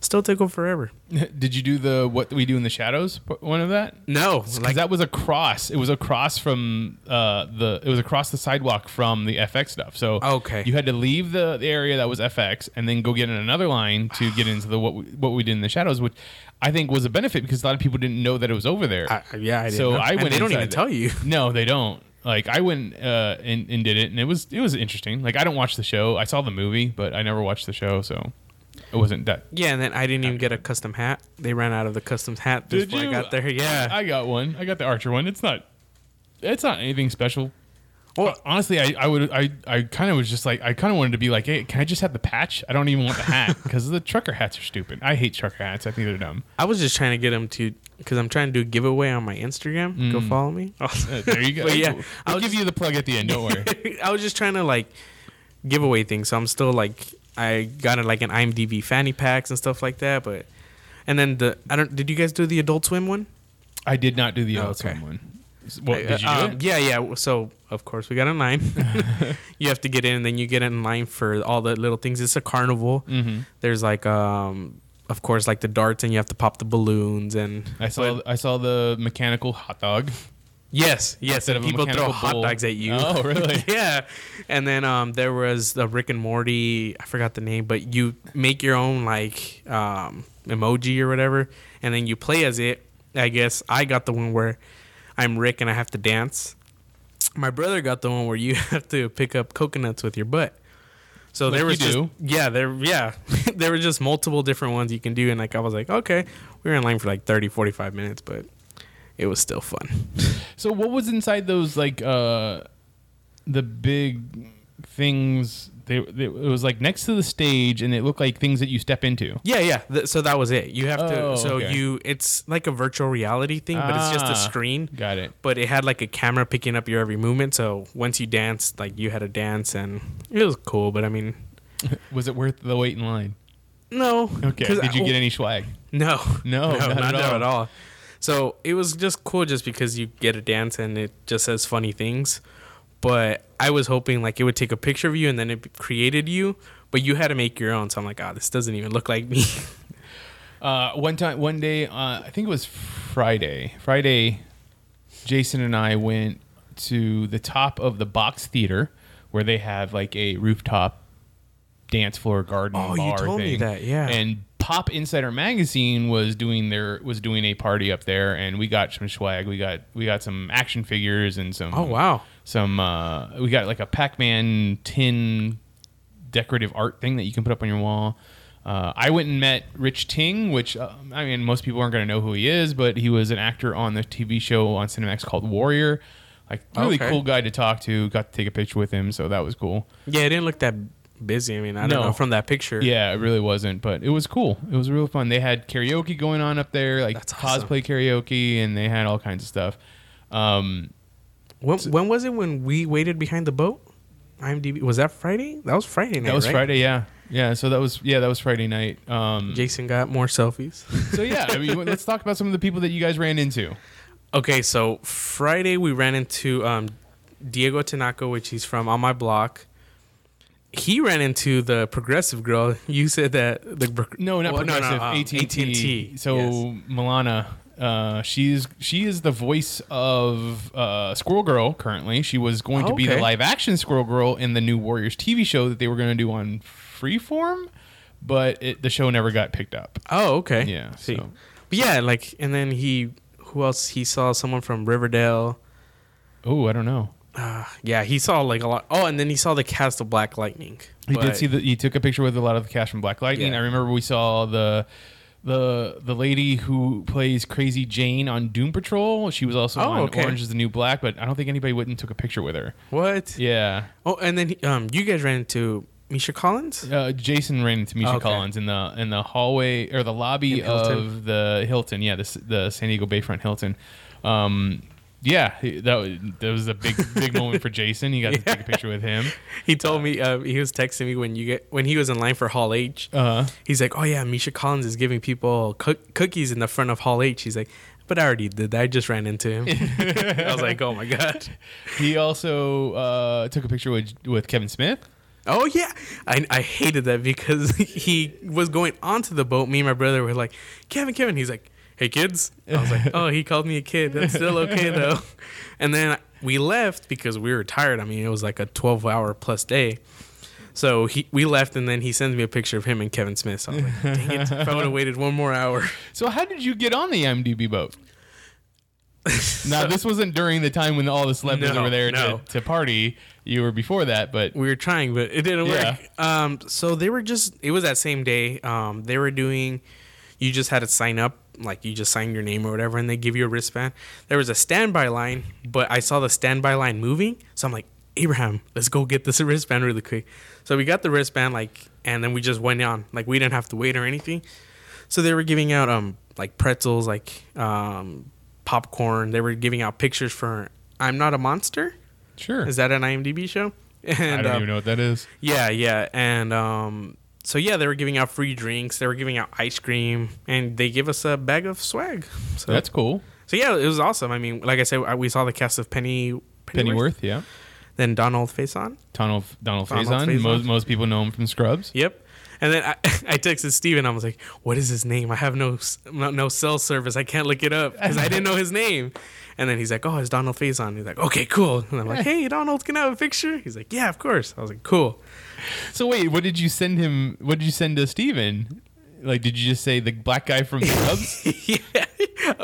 B: Still took them forever.
A: Did you do the what we do in the shadows p- one of that?
B: No,
A: Because
B: like
A: that was a cross. It was a cross from uh, the. It was across the sidewalk from the FX stuff. So
B: Okay.
A: you had to leave the, the area that was FX and then go get in another line to get into the what we, what we did in the shadows, which I think was a benefit because a lot of people didn't know that it was over there.
B: I- yeah, I didn't
A: so
B: know.
A: I
B: And
A: went.
B: they don't even
A: inside
B: tell you.
A: No, they don't. Like I went uh, and and did it, and it was it was interesting. Like I don't watch the show. I saw the movie, but I never watched the show, so it wasn't that.
B: yeah, and then I didn't even get a custom hat. They ran out of the custom hat
A: Did
B: before
A: you?
B: I got there. Yeah,
A: I got one. I got the Archer one. It's not. It's not anything special. Well, honestly, I, I would I, I kind of was just like I kind of wanted to be like, hey, can I just have the patch? I don't even want the hat because the trucker hats are stupid. I hate trucker hats. I think they're dumb.
B: I was just trying to get him to because I'm trying to do a giveaway on my Instagram. Go follow me.
A: Uh, there you go.
B: But yeah,
A: I'll,
B: I was,
A: give you the plug at the end. Don't worry.
B: I was just trying to like give away things. So I'm still like I got it like an IMDb fanny packs and stuff like that. But and then the I don't did you guys do the Adult Swim one?
A: I did not do the
B: Oh, Okay.
A: okay. Swim one. S- What, did you do
B: Um,
A: it?
B: Yeah, yeah. So of course we got in line. you have to get in, and then you get in line for all the little things. It's a carnival.
A: Mm-hmm.
B: There's like um of course like the darts, and you have to pop the balloons and
A: I saw I saw the mechanical hot dog.
B: Yes, yes.
A: Instead
B: And
A: of a
B: people throw
A: mechanical
B: hot
A: bull.
B: dogs at you.
A: Oh, really?
B: yeah. And then um, there was the Rick and Morty. I forgot the name, but you make your own like um, emoji or whatever, and then you play as it. I guess I got the one where I'm Rick and I have to dance. My brother got the one where you have to pick up coconuts with your butt. So there
A: you
B: was just,
A: do.
B: yeah, there yeah. there were just multiple different ones you can do and like I was like, okay, we were in line for like 30 45 minutes, but it was still fun.
A: So what was inside those like uh the big things? They, they, it was like next to the stage, and it looked like things that you step into.
B: Yeah, yeah. Th- so that was it. You have
A: Oh,
B: to. So
A: okay.
B: you, it's like a virtual reality thing, but it's just
A: Ah,
B: a screen.
A: Got it.
B: But it had like a camera picking up your every movement. So once you danced, like you had a dance, and it was cool. But I mean,
A: Was it worth the wait in line?
B: no.
A: Okay.
B: 'Cause
A: Did you
B: I-
A: get any swag?
B: No,
A: No, not at all.
B: So it was just cool, just because you get a dance and it just says funny things. But I was hoping like it would take a picture of you and then it created you, but you had to make your own. So I'm like, ah, this doesn't even look like me.
A: Uh, one time, one day, uh, I think it was Friday. Friday, Jason and I went to the top of the Box Theater, where they have like a rooftop dance floor garden
B: Oh, you
A: bar
B: told me
A: thing.
B: that, yeah.
A: And Pop Insider Magazine was doing their was doing a party up there, and we got some swag. We got we got some action figures and some.
B: oh wow.
A: Some uh, we got like a Pac-Man tin decorative art thing that you can put up on your wall. Uh, I went and met Rich Ting, which uh, I mean, most people aren't going to know who he is, but he was an actor on the TV show on Cinemax called Warrior. Like, really
B: Okay.
A: cool guy to talk to. Got to take a picture with him, so that was cool.
B: Yeah, it didn't look that busy. I mean, I don't
A: No.
B: know from that picture.
A: Yeah, it really wasn't, but it was cool. It was real fun. They had karaoke going on up there, like
B: That's awesome.
A: cosplay karaoke, and they had all kinds of stuff. Um,
B: When, when was it when we waited behind the boat? IMDb. Was that Friday? That was Friday night.
A: That was
B: right?
A: Friday, yeah, yeah. So that was yeah, that was Friday night. Um,
B: Jason got more selfies.
A: so yeah, I mean, let's talk about some of the people that you guys ran into.
B: Okay, so Friday we ran into um, Diego Tanaka, which he's from on my block. He ran into the progressive girl. You said that the pro-
A: No, uh, not
B: well,
A: progressive.
B: um,
A: AT&T.
B: AT&T,
A: So
B: yes.
A: Milana, uh, she's she is the voice of uh, Squirrel Girl currently. She was going to be the
B: Okay.
A: live action Squirrel Girl in the new Warriors TV show that they were going to do on Freeform, but it, the show never got picked up.
B: Oh, okay.
A: Yeah,
B: See.
A: so-
B: But yeah, like, and then he, who else? He saw someone from Riverdale.
A: Oh, I don't know.
B: Uh, yeah, he saw like a lot. Oh, and then he saw the cast of Black Lightning.
A: He did
B: But-
A: see that he took a picture with a lot of the cash from Black Lightning.
B: Yeah.
A: I remember we saw the the the lady who plays Crazy Jane on Doom Patrol. She was also
B: Oh,
A: on
B: okay.
A: Orange is the New Black, but I don't think anybody went and took a picture with her.
B: what?
A: Yeah.
B: Oh, and then he- um, you guys ran into Misha Collins.
A: Uh, Jason ran into Misha
B: Okay.
A: Collins in the in the hallway or the lobby
B: In Hilton.
A: of the Hilton. Yeah, the, S- the San Diego Bayfront Hilton. Um, yeah, he- that was, that was a big big moment for Jason. He got to take a picture with him.
B: He told me uh, he was texting me when you get when he was in line for Hall H.
A: Uh,
B: He's like, "Oh yeah, Misha Collins is giving people cook- cookies in the front of Hall H." He's like, "But I already did that. I just ran into him." I was like, "Oh my god."
A: he also uh, took a picture with with Kevin Smith.
B: Oh yeah, I, I hated that because he was going onto the boat. Me and my brother were like, Kevin, Kevin. He's like, Hey kids. I was like, Oh, he called me a kid. That's still okay though. And then we left because we were tired. I mean, it was like a twelve hour plus day. So he, we left, and then he sends me a picture of him and Kevin Smith. So I was like, dang it! If I would have waited one more hour,
A: So how did you get on the IMDb boat? now this wasn't during the time when all the celebrities
B: No,
A: were there
B: no.
A: to, to party. You were before that, but
B: we were trying, but it didn't
A: Yeah.
B: work. Um, so they were just, it was that same day. Um, they were doing, you just had to sign up, like you just signed your name or whatever, and they give you a wristband. There was a standby line, but I saw the standby line moving. So I'm like, Abraham, let's go get this wristband really quick. So we got the wristband, like, and then we just went on. Like, we didn't have to wait or anything. So they were giving out, um, like pretzels, like, um, popcorn. They were giving out pictures for I'm Not a Monster.
A: sure.
B: Is that an IMDb show? And,
A: I don't
B: um,
A: even know what that is.
B: yeah, yeah, and um, so yeah, they were giving out free drinks, they were giving out ice cream, and they give us a bag of swag. So
A: That's cool.
B: so yeah, it was awesome. I mean, like I said, I- we saw the cast of Penny
A: Pennyworth, yeah.
B: then Donald Faison.
A: Donald Donald
B: Donald
A: Faison.
B: Faison.
A: Most, most people know him from Scrubs.
B: Yep. And then I, I texted Steven. I was like, "What is his name? I have no s- no, no cell service. I can't look it up because I didn't know his name." And then he's like, "Oh, it's Donald Faison." He's like, "Okay, cool." And I'm like, "Hey, Donald, can I have a picture?" He's like, "Yeah, of course." I was like, "Cool."
A: So wait, what did you send him? What did you send to Steven? Like, did you just say the black guy from Scrubs?
B: yeah,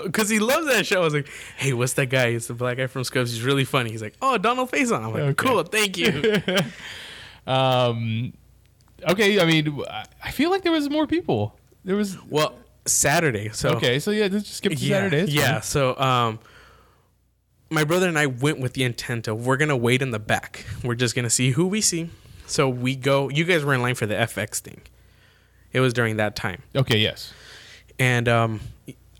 B: because he loves that show. I was like, "Hey, what's that guy? It's the black guy from Scrubs. He's really funny." He's like, "Oh, Donald Faison." I'm like,
A: Okay.
B: "Cool, thank you."
A: um, okay, I mean, I- I feel like there was more people. There was
B: well, Saturday. So
A: okay, so yeah, let's just skip to
B: yeah,
A: Saturday. It's
B: yeah.
A: fine.
B: So um, my brother and I went with the intent of we're gonna wait in the back. We're just gonna see who we see. So we go. You guys were in line for the FX thing. It was during that time.
A: Okay. Yes.
B: And um,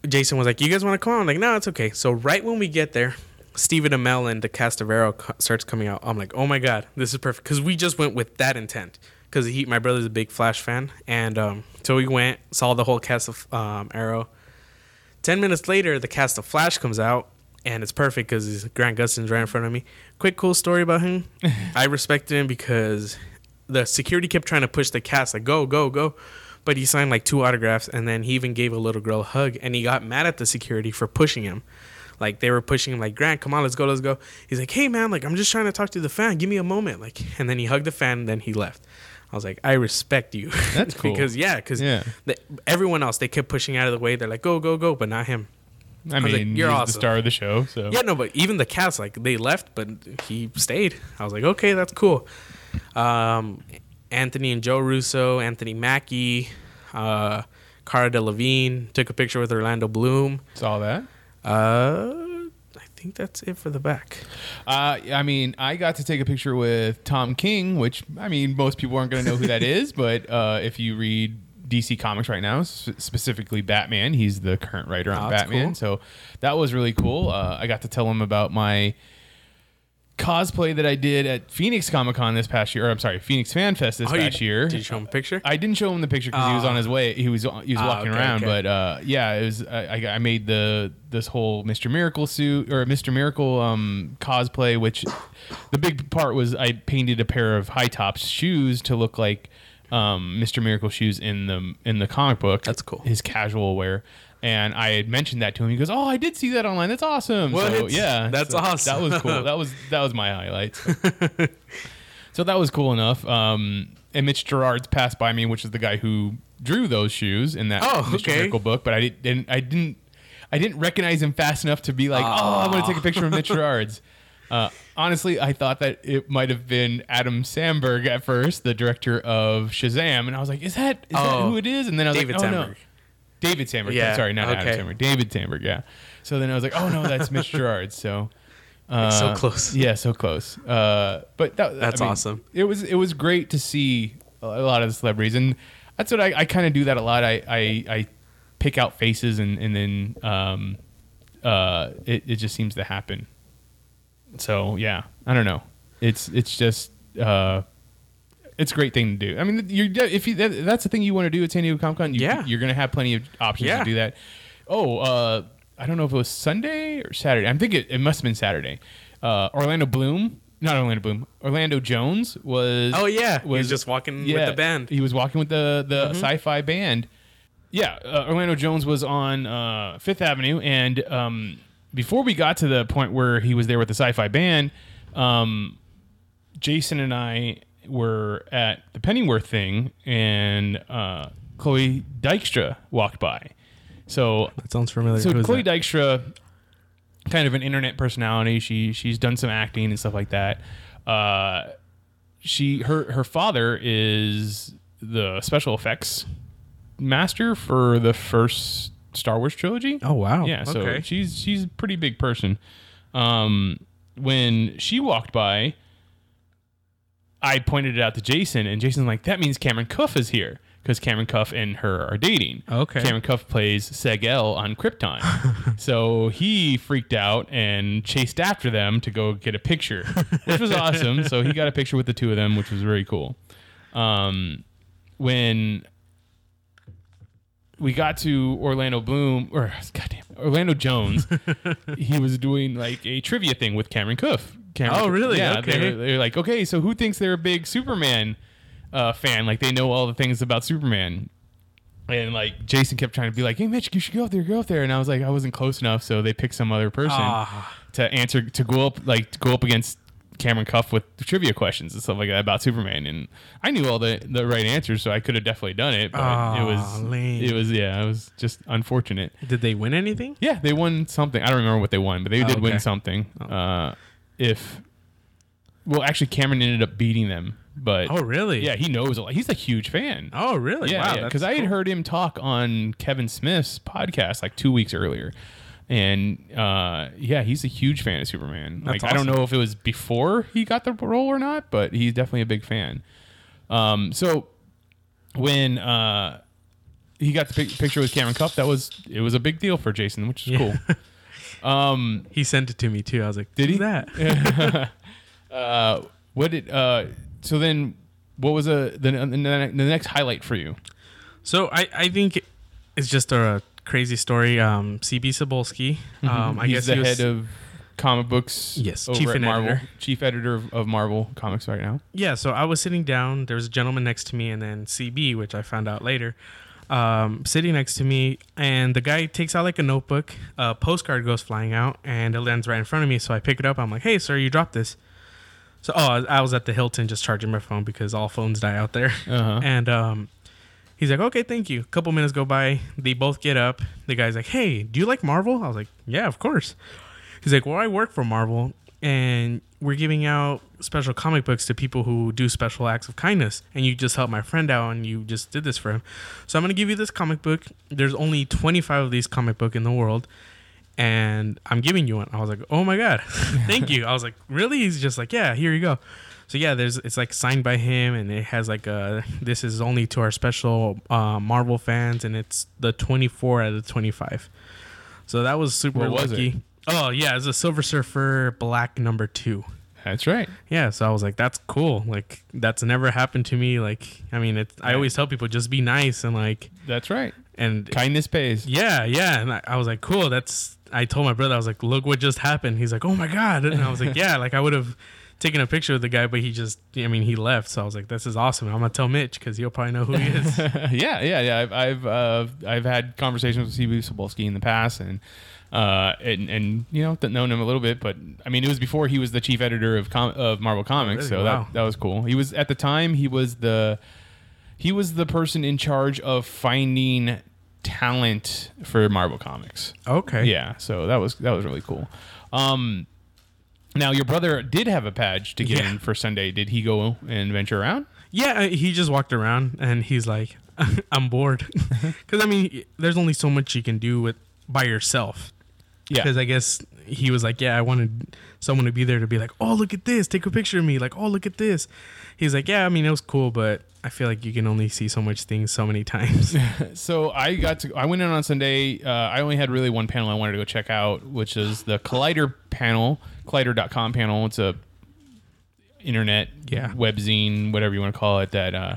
B: Jason was like, "You guys want to come on?" I'm like, "No, it's okay." So right when we get there, Steven Amell and the cast of Arrow co- starts coming out. I'm like, "Oh my god, this is perfect!" Because we just went with that intent. Because he, my brother's a big Flash fan, and um, so we went saw the whole cast of um, Arrow. Ten minutes later, the cast of Flash comes out, and it's perfect because Grant Gustin's right in front of me. Quick, cool story about him. I respected him because the security kept trying to push the cast like go, go, go, but he signed like two autographs, and then he even gave a little girl a hug, and he got mad at the security for pushing him. Like they were pushing him, like Grant, come on, let's go, let's go. He's like, hey man, like I'm just trying to talk to the fan, give me a moment, like. And then he hugged the fan, and then he left. I was like, I respect you.
A: That's cool.
B: because yeah, because
A: Yeah.
B: everyone else they kept pushing out of the way. They're like, go, go, go, but not him.
A: I,
B: was
A: mean,
B: like, "You're
A: he's the
B: awesome."
A: star of the show. So
B: Yeah, no, but even the cast, like they left, but he stayed. I was like, okay, that's cool. Um, Anthony and Joe Russo, Anthony Mackie, uh, Cara Delevingne took a picture with Orlando Bloom.
A: saw that.
B: Uh, I think that's it for the back.
A: Uh, I mean, I got to take a picture with Tom King, which I mean, most people aren't going to know who that is, but uh, if you read DC Comics right now, s- specifically Batman, he's the current writer on
B: Oh, that's
A: Batman.
B: cool.
A: So that was really cool. Uh, I got to tell him about my cosplay that I did at Phoenix Comic Con this past year. Or I'm sorry, Phoenix Fan Fest this
B: Oh, you-
A: past year.
B: Did you show him a picture?
A: I didn't show him the picture because he was
B: Oh.
A: on his way. He was he was
B: Oh,
A: walking
B: okay,
A: around,
B: okay.
A: but uh, yeah, it was. I, I- I made the this whole Mr. Miracle suit or Mr. Miracle um, cosplay, which the big part was I painted a pair of high top shoes to look like um, Mr. Miracle shoes in the in the comic book.
B: That's cool.
A: His casual wear. And I had mentioned that to him. He goes, "Oh, I did see that online. That's awesome." So,
B: What?
A: yeah,
B: That's
A: so
B: awesome.
A: That was cool. That was that was my highlight. So that was cool enough. Um, and Mitch Gerard's passed by me, which is the guy who drew those shoes in that
B: Oh,
A: Mr.
B: okay.
A: Miracle book. But I didn't, didn't, I didn't, I didn't recognize him fast enough to be like, oh, I'm going to take a picture of Mitch Gerard's. Uh, honestly, I thought that it might have been Adam Sandberg at first, the director of Shazam, and I was like, is that is that
B: Oh,
A: who it is? And then I was
B: David
A: like, oh no,
B: Sandberg.
A: David Sandberg.
B: Yeah,
A: I'm sorry, not
B: okay.
A: Adam Sandberg. David Sandberg. Yeah. So then I was like, oh no, that's Mitch Gerard. So. Uh,
B: so close.
A: Yeah, so close. Uh, but that,
B: That's awesome.
A: It was it was great to see a a lot of the celebrities, and that's what I, I kind of do that a lot. I I, I pick out faces, and and then um, uh, it it just seems to happen. So yeah, I don't know. It's it's just uh, it's a great thing to do. I mean, you're if you that, that's the thing you want to do at San Diego Comic Con, you,
B: Yeah.
A: you're gonna have plenty of options
B: Yeah.
A: to do that. Oh, uh, I don't know if it was Sunday or Saturday. I think it, it must have been Saturday. Uh, Orlando Bloom, not Orlando Bloom, Orlando Jones was.
B: Oh, yeah. He was just walking with the band. Mm-hmm.
A: He was walking with the the sci-fi band. Yeah, uh, Orlando Jones was on uh, Fifth Avenue, and um, before we got to the point where he was there with the sci-fi band, um, Jason and I were at the Pennyworth thing, and uh, Chloe Dykstra walked by. So
B: That sounds familiar.
A: so Chloe Dykstra, kind of an internet personality. She she's done some acting and stuff like that. Uh, she her her father is the special effects master for the first Star Wars trilogy.
B: oh wow.
A: Yeah, so
B: Okay.
A: she's she's a pretty big person. Um, when she walked by, I pointed it out to Jason, and Jason's like, "That means Cameron Cuff is here because Cameron Cuff and her are dating."
B: Okay.
A: Cameron Cuff plays Segel on Krypton, so he freaked out and chased after them to go get a picture, which was awesome. So he got a picture with the two of them, which was very cool. Um, when we got to Orlando Bloom or goddamn Orlando Jones. he was doing like a trivia thing with Cameron Coof. Cameron
B: Oh,
A: Coof-
B: really?
A: Yeah.
B: Okay.
A: They're, they're like, okay, so who thinks they're a big Superman uh, fan? Like they know all the things about Superman. And like Jason kept trying to be like, hey Mitch, you should go up there, go up there. And I was like, I wasn't close enough, so they picked some other person
B: Ah.
A: to answer to go up like to go up against Cameron Cuff with trivia questions and stuff like that about Superman. And I knew all the the right answers, so I could have definitely done it. But it was
B: Aw, lame.
A: it was yeah, it was just unfortunate.
B: Did they win anything?
A: Yeah, they won something. I don't remember what they won, but they did win
B: okay. Oh.
A: something. Uh, if well, actually, Cameron ended up beating them. But
B: Oh, really?
A: Yeah, he knows a lot. He's a huge fan.
B: Oh really?
A: Yeah,
B: wow.
A: yeah,
B: that's
A: because I had
B: cool.
A: heard him talk on Kevin Smith's podcast like two weeks earlier, and uh, yeah, he's a huge fan of Superman. like
B: That's
A: I don't
B: awesome.
A: know if it was before he got the role or not, but he's definitely a big fan. Um, so when uh, he got the pic- picture with Cameron Cup, that was it was a big deal for Jason, which is cool.
B: he sent it to me too. I was like,
A: Did
B: "Who's
A: he?
B: That?
A: Uh, what did uh, so then? What was a, the, the the next highlight for you?
B: So I, I think it's just a crazy story. Um, CB Sobolski. Um,
A: Mm-hmm.
B: I
A: He's
B: guess
A: the
B: he was,
A: head of comic books.
B: Yes,
A: over
B: chief
A: at
B: and
A: Marvel,
B: editor.
A: chief editor of, of Marvel Comics right now.
B: yeah. So I was sitting down. There was a gentleman next to me, and then CB, which I found out later, um, sitting next to me. And the guy takes out like a notebook. A postcard goes flying out, and it lands right in front of me. So I pick it up. I'm like, "Hey, sir, you dropped this." So oh, I I was at the Hilton just charging my phone because all phones die out there.
A: Uh-huh.
B: And um, he's like, okay, thank you. A couple minutes go by. They both get up. The guy's like, hey, do you like Marvel? I was like, yeah, of course. He's like, well, I work for Marvel, and we're giving out special comic books to people who do special acts of kindness. And you just helped my friend out, and you just did this for him. So I'm gonna give you this comic book. There's only 25 of these comic book in the world. And I'm giving you one. I was like, oh my god, thank you. I was like, really? He's just like, yeah, here you go. So yeah, there's it's like signed by him, and it has like a this is only to our special uh, Marvel fans, and it's the 24 out of 25. So that was super
A: What was
B: lucky.
A: it?
B: Oh yeah, it's a Silver Surfer Black number two.
A: That's right.
B: Yeah, so I was like, that's cool. Like that's never happened to me. Like I mean, it, I always tell people just be nice and like
A: That's right.
B: and
A: Kindness pays.
B: yeah, yeah. And I, I was like, cool. That's. I told my brother, I was like, look what just happened. He's like, oh my god. And I was like, yeah. Like I would have taken a picture of the guy, but he just. I mean, he left. So I was like, this is awesome. I'm gonna tell Mitch because he'll probably know who he is.
A: yeah, yeah, yeah. I've I've uh, I've had conversations with Steve Sobolski in the past, and uh, and and you know, known him a little bit, but I mean, it was before he was the chief editor of com- of
B: Oh,
A: Marvel Comics, so
B: really? Wow.
A: that that was cool. He was at the time he was the he was the person in charge of finding talent for Marvel Comics.
B: okay.
A: Yeah, so that was that was really cool. Um, now your brother did have a badge to get
B: Yeah.
A: in for Sunday. Did he go and venture around?
B: Yeah, uh, he just walked around and he's like, "I'm bored," because I mean, there's only so much you can do with by yourself.
A: Yeah.
B: Because I guess he was like, "Yeah, I wanted someone to be there to be like, oh, look at this, take a picture of me, like, oh, look at this." He's like, "Yeah, I mean, it was cool, but I feel like you can only see so much things so many times."
A: So I got to. I went in on Sunday. Uh, I only had really one panel I wanted to go check out, which is the Collider panel, Collider.com panel. It's a internet
B: Yeah.
A: webzine, whatever you want to call it, that uh,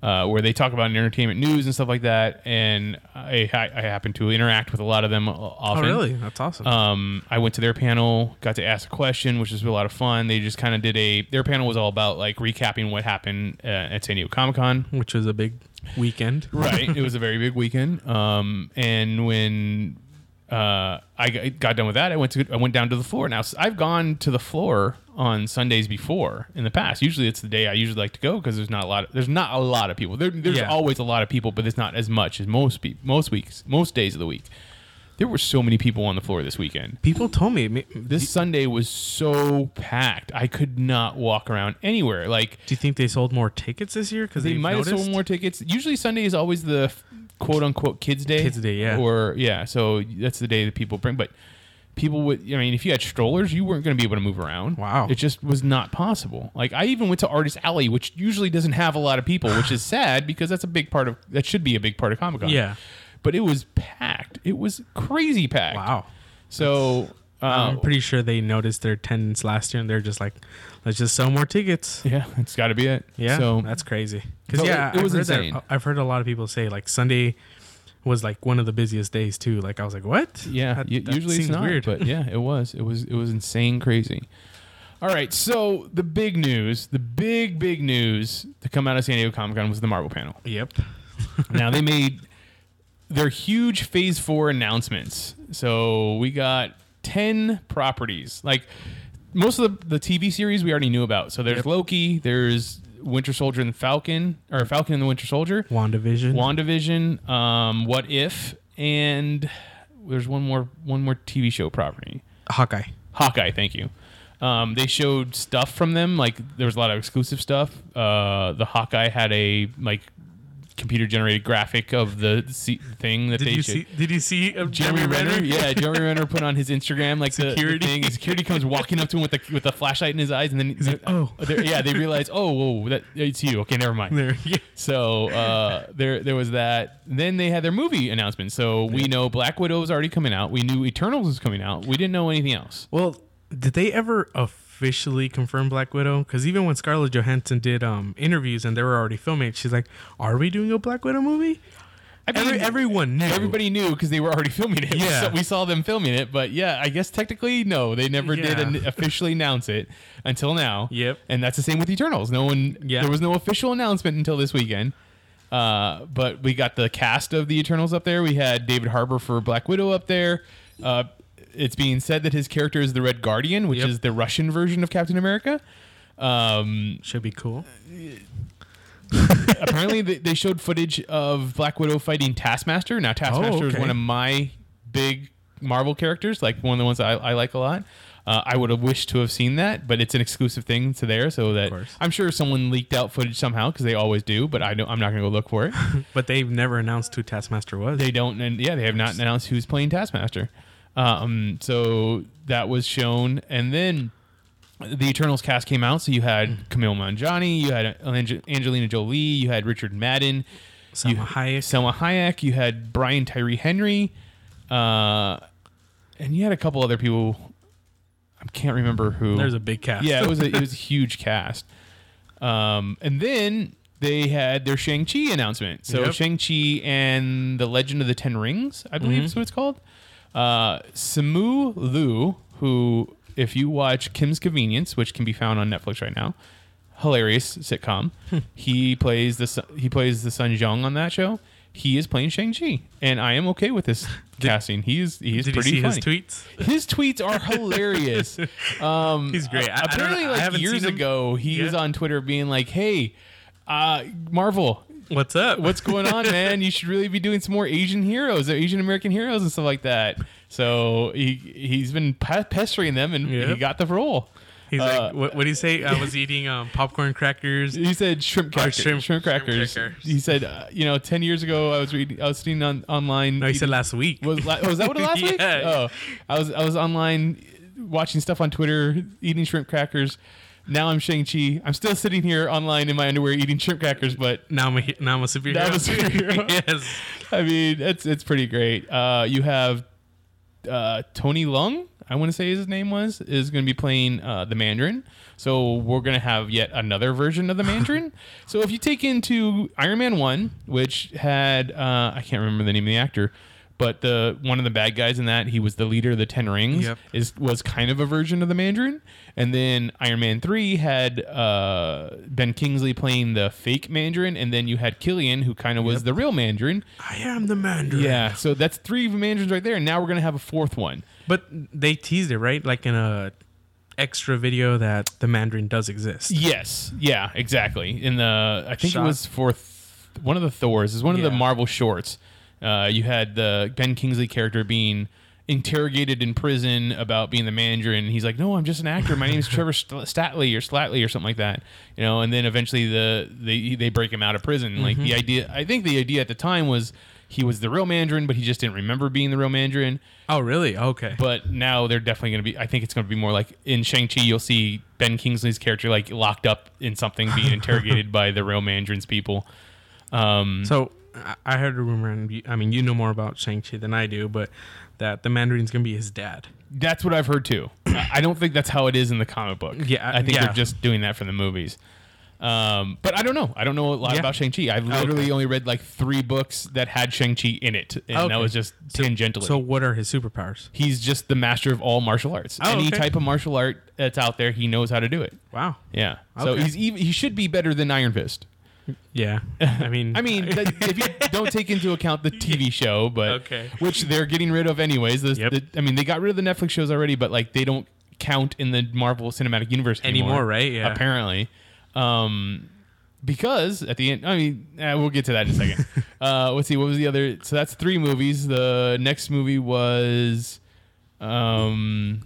A: uh, where they talk about entertainment news and stuff like that. And I, I, I happen to interact with a lot of them
B: oh,
A: often.
B: really? That's awesome.
A: Um, I went to their panel, got to ask a question, which was a lot of fun. They just kind of did a. Their panel was all about like recapping what happened uh, at San Diego Comic Con
B: Which was a big weekend.
A: right it was a very big weekend um and when uh i g- got done with that i went to i went down to the floor now s- i've gone to the floor on sundays before in the past usually it's the day i usually like to go because there's not a lot of, there's not a lot of people there, there's
B: Yeah.
A: always a lot of people but it's not as much as most people most weeks most days of the week there were so many people on the floor this weekend
B: People told me. ma- Do
A: this sunday was so packed i could not walk around anywhere like
B: you think they sold more tickets this year? Because
A: they might have sold more tickets. Usually Sunday is always the f- quote unquote kids day.
B: Kids day, yeah.
A: Or yeah, so that's the day that people bring. But people would. I mean, if you had strollers, you weren't going to be able to move around.
B: Wow.
A: it just was not possible. Like I even went to Artist Alley, which usually doesn't have a lot of people, which is sad because that's a big part of that should be a big part of Comic Con.
B: Yeah.
A: but it was packed. It was crazy packed.
B: Wow.
A: So. Uh,
B: I'm pretty sure they noticed their attendance last year, and they're just like, "Let's just sell more tickets."
A: yeah, it's got to be it.
B: Yeah,
A: so
B: that's crazy. Because
A: So
B: yeah,
A: it- it was
B: I've heard that-
A: insane.
B: I've heard a lot of people say like Sunday was like one of the busiest days too. Like I was like, "What?"
A: Yeah,
B: That-
A: u-
B: that
A: usually it's
B: seems
A: not, but yeah, it was. It was it was insane crazy. All right, so the big news, the big big news to come out of San Diego Comic Con was the Marvel panel.
B: yep,
A: now they made their huge Phase Four announcements. So we got ten properties. Like most of the, the TV series we already knew about. So there's Loki, there's Winter Soldier and Falcon, or Falcon and the Winter Soldier.
B: Wandavision.
A: WandaVision, um, What If, and there's one more one more TV show property.
B: Hawkeye.
A: Hawkeye, thank you. Um, they showed stuff from them, like there was a lot of exclusive stuff. Uh, the Hawkeye had a like computer generated graphic of the se- thing that
B: Did
A: they
B: you
A: showed.
B: see? Did you see uh,
A: Jeremy Renner, yeah, Jeremy Renner put on his Instagram like the- The,
B: Security.
A: thing. and Security comes walking up to him with the with the flashlight in his eyes, and then he's
B: like, "Oh."
A: yeah, they realize, oh, whoa, that it's you. Okay, never mind.
B: There. Yeah.
A: So uh, there, there was that. Then they had their movie announcement. So we know Black Widow is already coming out. We knew Eternals was coming out. We didn't know anything else.
B: Well, did they ever officially confirm Black Widow? Because even when Scarlett Johansson did um interviews and they were already filming, it, she's like, "Are we doing a Black Widow movie?"
A: I mean,
B: Every, everyone knew.
A: everybody knew because they were already filming it.
B: Yeah.
A: so we saw them filming it. But yeah, I guess technically no, they never did
B: Yeah.
A: an- officially announce it until now.
B: Yep.
A: And that's the same with Eternals. No one.
B: Yeah.
A: There was no official announcement until this weekend. Uh, but we got the cast of the Eternals up there. We had David Harbour for Black Widow up there. Uh, it's being said that his character is the Red Guardian, which
B: Yep.
A: is the Russian version of Captain America. Um,
B: should be cool.
A: apparently, they, they showed footage of Black Widow fighting Taskmaster. Now, Taskmaster is
B: Oh, okay.
A: one of my big Marvel characters, like one of the ones I, I like a lot. Uh, I would have wished to have seen that, but it's an exclusive thing to there, so that
B: course.
A: I'm sure someone leaked out footage somehow because they always do. But I don't, I'm not going to go look for it.
B: But they've never announced who Taskmaster was.
A: they don't and yeah they have not announced who's playing taskmaster um so that was shown and then the eternals cast came out so you had camille manjani you had Ange- angelina jolie you had richard madden
B: Selma
A: you,
B: Hayek.
A: selma hayek you had brian tyree henry uh and you had a couple other people i'm can't remember who.
B: There's a big cast.
A: yeah, it was a, it was a huge cast. Um, and then they had their Shang Chi announcement. So
B: Yep.
A: Shang Chi and the Legend of the Ten Rings, I believe
B: Mm-hmm.
A: is what it's called. Uh, Simu Liu, who if you watch Kim's Convenience, which can be found on Netflix right now, hilarious sitcom.
B: Hmm.
A: he plays the Sun- he plays the Sun Zhong on that show. He is playing Shang Chi, and I am okay with this casting. He is he is
B: Did you
A: pretty
B: see
A: funny.
B: his tweets?
A: His tweets are hilarious. Um,
B: He's great. I- I don't-
A: apparently,
B: I
A: like
B: haven't
A: years
B: seen him.
A: ago, he is
B: Yeah.
A: on Twitter being like, "Hey, uh, Marvel,
B: What's up?
A: what's going on, man? You should really be doing some more Asian heroes, or Asian American heroes, and stuff like that." So he he's been pe- pestering them, and
B: Yep.
A: he got the role.
B: He's
A: Uh,
B: like, what what do you say? I was eating um, popcorn crackers.
A: He said shrimp
B: Or
A: crackers.
B: shrimp-
A: Shrimp, crackers.
B: shrimp crackers.
A: He said, uh, you know, ten years ago, I was reading, I was seeing on online.
B: No, he said last week.
A: Was la- was that what it last week?
B: Yeah.
A: Oh, I was I was online watching stuff on Twitter, eating shrimp crackers. Now I'm Shang Chi. I'm still sitting here online in my underwear eating shrimp crackers, but
B: now I'm a, he- now I'm a superhero.
A: Now I'm a superhero.
B: yes.
A: I mean it's it's pretty great. Uh, you have uh, Tony Lung, I want to say his name was, is going to be playing uh, the Mandarin. So we're going to have yet another version of the Mandarin. so if you take into Iron Man one, which had uh, I can't remember the name of the actor, but the one of the bad guys in that he was the leader of the Ten Rings
B: Yep.
A: is was kind of a version of the Mandarin. And then Iron Man three had uh, Ben Kingsley playing the fake Mandarin, and then you had Killian who kind of was the real Mandarin.
B: I am the Mandarin.
A: Yeah, so that's three Mandarins right there, and now we're gonna have a fourth one.
B: But they teased it, right? Like in a extra video that the Mandarin does exist.
A: Yes, yeah, exactly. In the I think
B: Shot.
A: it was for th- one of the Thors, is one of the
B: Yeah.
A: Marvel shorts. Uh, you had the Ben Kingsley character being interrogated in prison about being the Mandarin. He's like, "No, I'm just an actor. My name is Trevor St- Statley or Slatley or something like that." You know, and then eventually the they they break him out of prison. Like
B: Mm-hmm.
A: the idea, I think the idea at the time was he was the real Mandarin, but he just didn't remember being the real Mandarin.
B: Oh, really? Okay.
A: but now they're definitely going to be. I think it's going to be more like in Shang Chi. You'll see Ben Kingsley's character like locked up in something, being interrogated by the real Mandarin's people.
B: so I- I heard a rumor, and you- I mean, you know more about Shang Chi than I do, but that the Mandarin's gonna be his dad.
A: That's what I've heard too. I I don't think that's how it is in the comic book.
B: Yeah,
A: I think
B: yeah.
A: they're just doing that for the movies. Um, but I don't know. I don't know a lot
B: Yeah.
A: about Shang Chi. I literally
B: Okay.
A: only read like three books that had Shang Chi in it, and
B: Okay.
A: that was just tangentially.
B: So what are his superpowers?
A: he's just the master of all martial arts.
B: Oh,
A: Any
B: okay.
A: type of martial art that's out there, he knows how to do it.
B: Wow.
A: Yeah. So
B: Okay.
A: he's even, he should be better than Iron Fist.
B: Yeah. I mean.
A: I mean, that, if you don't take into account the TV show, but
B: Okay.
A: which they're getting rid of anyways. The,
B: Yep.
A: the- I mean, they got rid of the Netflix shows already, but like they don't count in the Marvel Cinematic Universe anymore,
B: Anymore, right? Yeah.
A: Apparently, um, because at the end, I mean, eh, we'll get to that in a second. uh, let's see, what was the other? So that's three movies. The next movie was, um.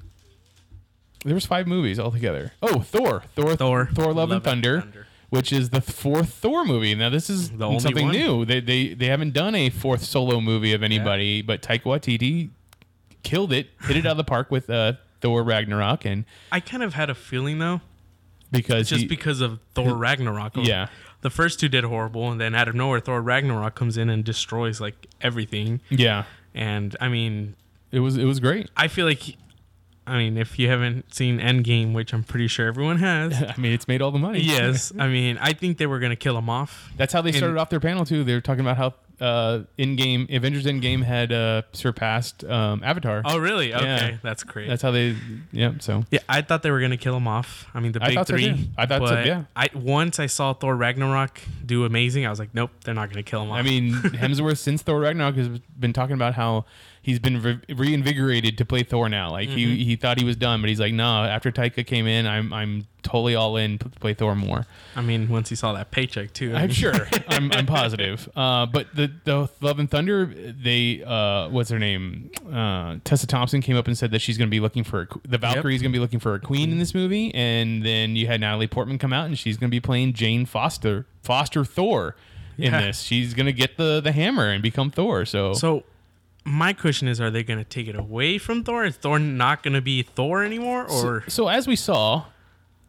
A: There was five movies altogether. Oh, Thor, Thor,
B: Thor.
A: Thor, Love, and Thunder, which is the fourth Thor movie. Now this is
B: The only
A: something
B: one.
A: new. They, they they haven't done a fourth solo movie of anybody, but Taika Waititi killed it, hit it out of the park with uh, Thor Ragnarok, and
B: I kind of had a feeling though,
A: because
B: just
A: he-
B: because of Thor Ragnarok.
A: Yeah.
B: The first two did horrible, and then out of nowhere, Thor Ragnarok comes in and destroys like everything.
A: yeah,
B: And I mean,
A: it was it was great.
B: I feel like, he- I mean, if you haven't seen Endgame, which I'm pretty sure everyone has,
A: I mean, it's made all the money.
B: yes, I mean, I think they were gonna kill him off.
A: that's how they started off their panel too. They were talking about how uh, in game Avengers Endgame had uh, surpassed um, Avatar.
B: Oh, really? Okay,
A: Yeah.
B: that's great.
A: That's how they. Yeah. So
B: yeah, I thought they were gonna kill him off. I mean, the
A: I
B: big
A: thought so,
B: three.
A: too. I thought so,
B: but
A: yeah.
B: I once I saw Thor Ragnarok do amazing, I was like, nope, they're not gonna kill him off.
A: I mean, Hemsworth since Thor Ragnarok has been talking about how he's been re- reinvigorated to play Thor now. Like
B: Mm-hmm.
A: he, he thought he was done, but he's like, nah. After Taika came in, I'm I'm totally all in to play Thor more.
B: I mean, once he saw that paycheck too. I
A: I'm
B: mean,
A: sure. I'm, I'm positive. Uh, but the the Love and Thunder, they uh, what's her name? Uh, Tessa Thompson came up and said that she's going to be looking for a, qu- the Valkyrie's going to be looking for a queen in this movie, and then you had Natalie Portman come out and she's going to be playing Jane Foster Foster Thor. In
B: Yeah.
A: this, she's gonna get the the hammer and become Thor. So,
B: So my question is, are they gonna take it away from Thor? Is Thor not gonna be Thor anymore? Or
A: so as we saw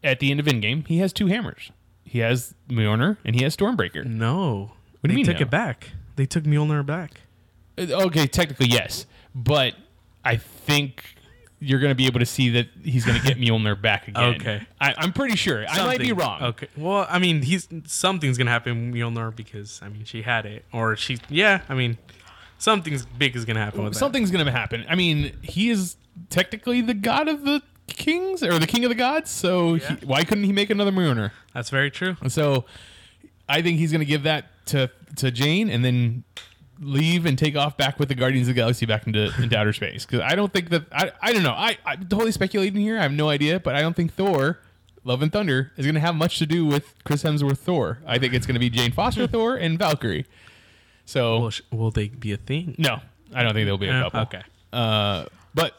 A: at the end of Endgame, he has two hammers. He has Mjolnir and he has Stormbreaker.
B: no?
A: do you
B: they
A: mean,
B: took
A: no?
B: it back. They took Mjolnir back.
A: Uh, Okay, technically yes, but I think you're going to be able to see that he's going to get Mjolnir back again.
B: Okay.
A: I, I'm pretty sure. I might be
B: Something.
A: wrong.
B: Okay. Well, I mean, he's something's gonna happen with Mjolnir because I mean she had it, or she. Yeah, I mean, something's big is gonna happen with that.
A: Something's going to happen. I mean, he is technically the god of the kings or the king of the gods. So he, why couldn't he make another Mjolnir?
B: That's very true.
A: And so I think he's going to give that to to Jane and then leave and take off back with the Guardians of the Galaxy back into, into outer space. Because I don't think that I, I don't know. I, I'm totally speculating here. I have no idea, but I don't think Thor. Love and Thunder is going to have much to do with Chris Hemsworth Thor. I think it's going to be Jane Foster Thor and Valkyrie. So
B: Will, sh- will they be a thing?
A: no, I don't think there'll be a
B: Yeah,
A: couple.
B: okay.
A: uh, but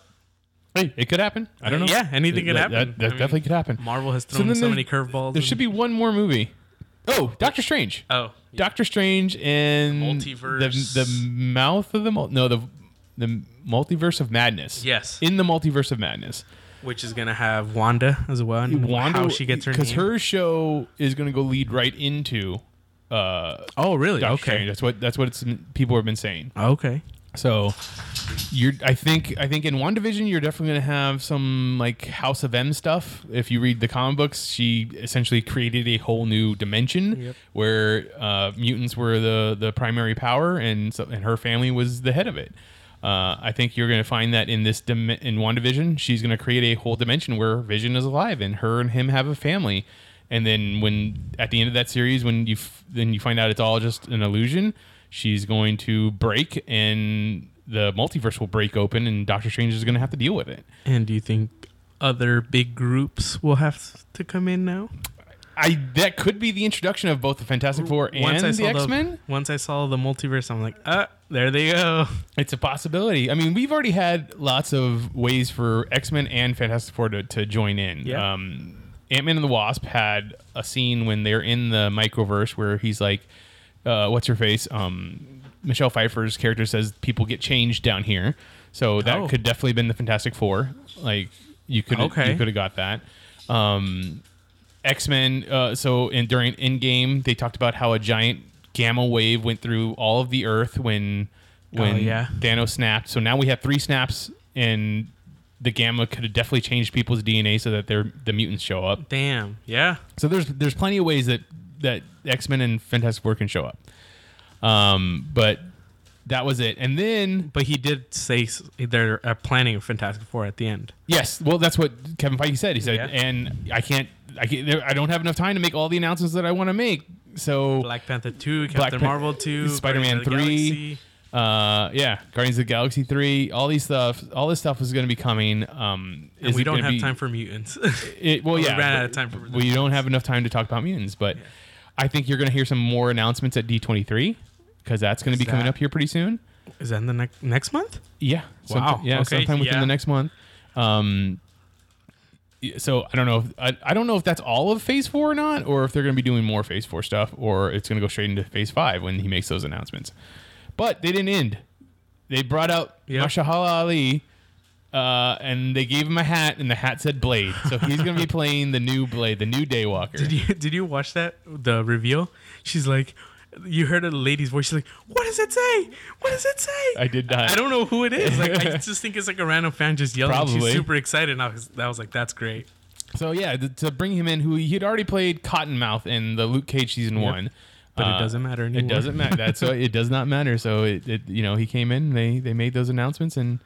A: hey, it could happen. I don't know.
B: Yeah, anything could
A: That- that-
B: happen.
A: That,
B: I mean,
A: definitely could happen.
B: Marvel has thrown
A: then
B: so
A: there-
B: many curveballs
A: There should
B: and-
A: be one more movie. Oh, Doctor Strange.
B: Oh,
A: Doctor Strange and
B: Multiverse.
A: The, the mouth of the mul- no the the multiverse of madness.
B: Yes.
A: in the multiverse of madness,
B: which is gonna have Wanda as well. And
A: Wanda
B: how she gets her
A: because
B: name.
A: her show is going to go lead right into uh,
B: oh, really?
A: Doctor
B: okay.
A: Strange. That's what that's what it's people have been saying.
B: Okay.
A: So you're I think I think in WandaVision you're definitely gonna have some like House of M stuff. If you read the comic books, she essentially created a whole new dimension where uh, mutants were the the primary power and so, and her family was the head of it. Uh, I think you're going to find that in this dim- in WandaVision, she's going to create a whole dimension where Vision is alive and her and him have a family. And then when at the end of that series, when you f- then you find out it's all just an illusion, she's going to break and the multiverse will break open and Doctor Strange is going to have to deal with it.
B: And do you think other big groups will have to come in now?
A: I that could be the introduction of both the Fantastic Four and the X Men.
B: Once I saw the multiverse, I'm like, ah, there they go.
A: It's a possibility. I mean, we've already had lots of ways for X Men and Fantastic Four to, to join in.
B: Yeah.
A: Um, Ant Man and the Wasp had a scene when they're in the microverse where he's like, uh, "What's her face?" Um, Michelle Pfeiffer's character says people get changed down here, so that
B: Oh.
A: could definitely been the Fantastic Four. Like you could
B: Okay.
A: you could have got that. Um, X Men. Uh, so in during in game, they talked about how a giant gamma wave went through all of the Earth when when
B: Oh, yeah.
A: Thanos snapped. So now we have three snaps, and the gamma could have definitely changed people's DNA so that they're, the mutants show up.
B: Damn. Yeah.
A: So there's there's plenty of ways that that X Men and Fantastic Four can show up. Um, but that was it, and then
B: But he did say s- they're uh, planning a Fantastic Four at the end.
A: Yes, well, that's what Kevin Feige said. He said,
B: Yeah.
A: and I can't, I can't, there- I don't have enough time to make all the announcements that I want to make. So,
B: Black Panther 2, Captain
A: Black Pan-
B: Marvel 2,
A: Spider-Man
B: Guardians of the
A: 3.
B: Galaxy.
A: uh, yeah, Guardians of the Galaxy three, all these stuff, all this stuff is going to be coming. Um,
B: And
A: is
B: we
A: it
B: don't
A: gonna
B: have
A: be-
B: time for mutants.
A: It, well,
B: we
A: yeah,
B: ran out
A: but
B: of time for-
A: We don't have enough time to talk about mutants, but I think you're going to hear some more announcements at D twenty three because that's going to be coming
B: that-
A: up here pretty soon.
B: Is that in the next next month?
A: Yeah.
B: Wow.
A: yeah.
B: Okay,
A: Sometime within
B: yeah.
A: the next month. Um. y- So I don't know. If, I I don't know if that's all of Phase Four or not, or if they're going to be doing more Phase Four stuff, or it's going to go straight into Phase Five when he makes those announcements. But they didn't end. They brought out
B: Yeah.
A: Mashallah Ali, uh, and they gave him a hat, and the hat said Blade. So he's going to be playing the new Blade, the new Daywalker.
B: Did you did you watch that the reveal? She's like, you heard a lady's voice. She's like, what does it say? What does it say?
A: I did not.
B: I don't know who it is. Like I just think it's like a random fan just yelling.
A: Probably.
B: She's super excited. And I was, I was like, that's great.
A: So yeah, th- to bring him in, who he had already played Cottonmouth in the Luke Cage season one.
B: But it doesn't matter
A: Uh, It
B: anymore.
A: doesn't matter. That's why it does not matter. So it, it you know he came in. They they made those announcements and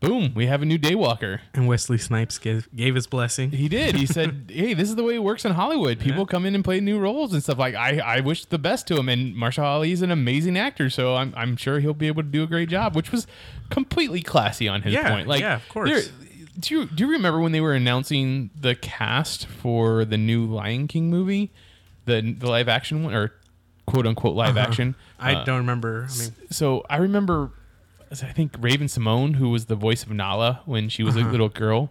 A: boom, we have a new Daywalker.
B: And Wesley Snipes gave, gave his blessing.
A: He did. He said, "Hey, this is the way it works in Hollywood. People come in and play new roles and stuff. Like I I wish the best to him. And Marshall Ali is an amazing actor, so I'm I'm sure he'll be able to do a great job. Which was completely classy on his
B: Yeah,
A: point. Like
B: yeah, of course.
A: there- Do you, do you remember when they were announcing the cast for the new Lion King movie, the the live action one or quote unquote live
B: Uh-huh.
A: action?
B: I
A: Uh,
B: don't remember. I mean,
A: so I remember, I think Raven Simone, who was the voice of Nala when she was a
B: Uh-huh.
A: little girl,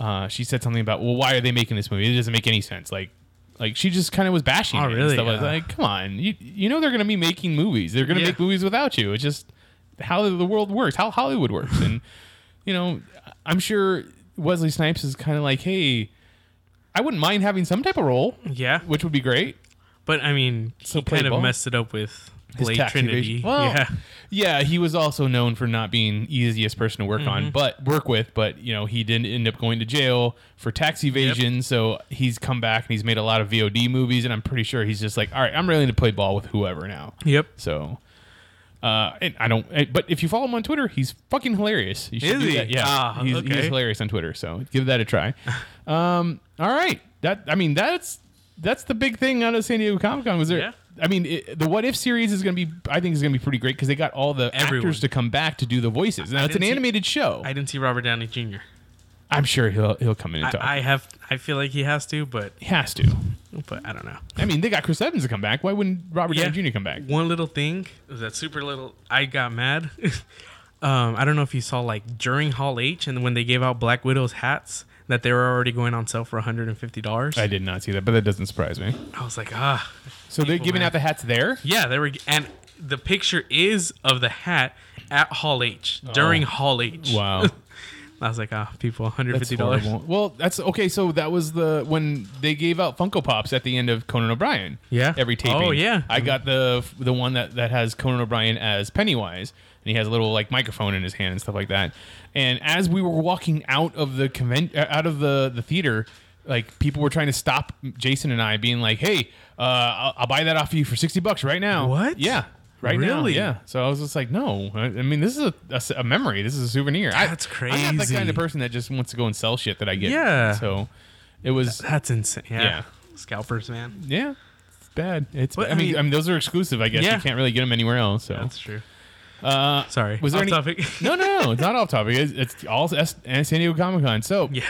A: uh, she said something about, "Well, why are they making this movie? It doesn't make any sense." Like, like she just kind of was bashing.
B: Oh,
A: it and
B: really?
A: stuff like
B: Yeah.
A: that. Like, come on, you you know they're going to be making movies. They're going to
B: Yeah.
A: make movies without you. It's just how the world works, how Hollywood works, and you know, I'm sure Wesley Snipes is kind of like, hey. I wouldn't mind having some type of role,
B: yeah.
A: which would be great.
B: But I mean,
A: So
B: he
A: play
B: kind of
A: ball.
B: messed it up with
A: his
B: Blade
A: tax
B: Trinity,
A: evasion. Well,
B: yeah.
A: yeah, he was also known for not being easiest person to work
B: Mm-hmm.
A: on, but work with. But you know, he didn't end up going to jail for tax evasion. So he's come back and he's made a lot of VOD movies, and I'm pretty sure he's just like, all right, I'm willing to play ball with whoever now.
B: Yep.
A: So. Uh, and I don't. eh, But if you follow him on Twitter, he's fucking hilarious. You should
B: Is
A: do
B: he?
A: that. Yeah,
B: Ah,
A: he's,
B: okay.
A: he's hilarious on Twitter. So give that a try. um, all right. That I mean, that's that's the big thing out of San Diego Comic Con. Was there?
B: Yeah.
A: I mean, it, the What If series is going to be. I think is going to be pretty great because they got all the
B: Everyone.
A: actors to come back to do the voices. Now
B: I
A: it's an
B: didn't see-
A: animated show.
B: I didn't see Robert Downey Jr.
A: I, am sure he'll he'll come in and talk.
B: I, I have. I feel like he has to, but
A: he has to.
B: but I don't know.
A: I mean, they got Chris Evans to come back. Why wouldn't Robert
B: Yeah.
A: Downey Jr. come back?
B: One little thing that super little. I got mad. um, I don't know if you saw like during Hall H and when they gave out Black Widow's hats that they were already going on sale for 150 dollars.
A: I did not see that, but that doesn't surprise me.
B: I was like, ah,
A: So they're
B: People,
A: giving
B: man.
A: out the hats there.
B: yeah, they were. And the picture is of the hat at Hall H during Hall H.
A: Oh. Wow.
B: I was like, ah, people, 150
A: That's
B: dollars.
A: horrible. Well, that's okay. So that was the when they gave out Funko Pops at the end of Conan O'Brien.
B: Yeah.
A: every taping.
B: Oh, yeah.
A: I got the the one that that has Conan O'Brien as Pennywise, and he has a little like microphone in his hand and stuff like that. And as we were walking out of the convent uh, out of the the theater. Like people were trying to stop Jason and I, being like, "Hey, uh, I'll, I'll buy that off you for sixty bucks right now."
B: What?
A: Yeah, right now.
B: Really?
A: Yeah. So I was just like, "No, I, I mean, this is a, a s- a memory. This is a souvenir. I-
B: That's
A: I'm not that kind
B: crazy.
A: of person that just wants to go and sell shit that I get.
B: Yeah.
A: So it was
B: That's insane. Yeah.
A: Yeah.
B: Scalpers, man.
A: yeah. It's bad. It's
B: But,
A: bad. I
B: I
A: mean,
B: mean-
A: I mean those are exclusive, I guess.
B: Yeah.
A: You can't really get them anywhere else. So
B: That's true.
A: uh,
B: Sorry.
A: Was there
B: Off
A: any
B: topic?
A: no, no, no. It's not off topic. It's, it's all S- and San Diego Comic Con. So
B: Yeah.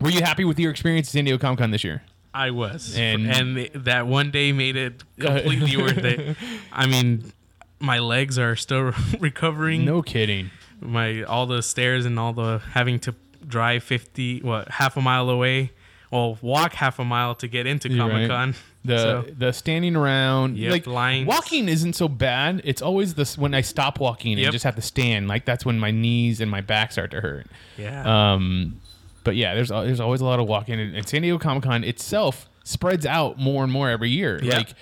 A: were you happy with your experience at San Diego Comic Con this year?
B: I was.
A: And-
B: And, th- that one day made it completely worth it. I mean, my legs are still recovering.
A: No kidding.
B: My all the stairs and all the having to drive 50 what half a mile away, well, walk half a mile to get into
A: You're right. Uh,
B: Comic Con.
A: The
B: so,
A: the standing around
B: Yep,
A: like
B: lines.
A: walking isn't so bad. It's always this when I stop walking and
B: Yep.
A: just have to stand. Like that's when my knees and my back start to hurt.
B: yeah.
A: Um, but yeah, there's al- there's always a lot of walking, and, and San Diego Comic Con itself spreads out more and more every year.
B: Yeah.
A: Like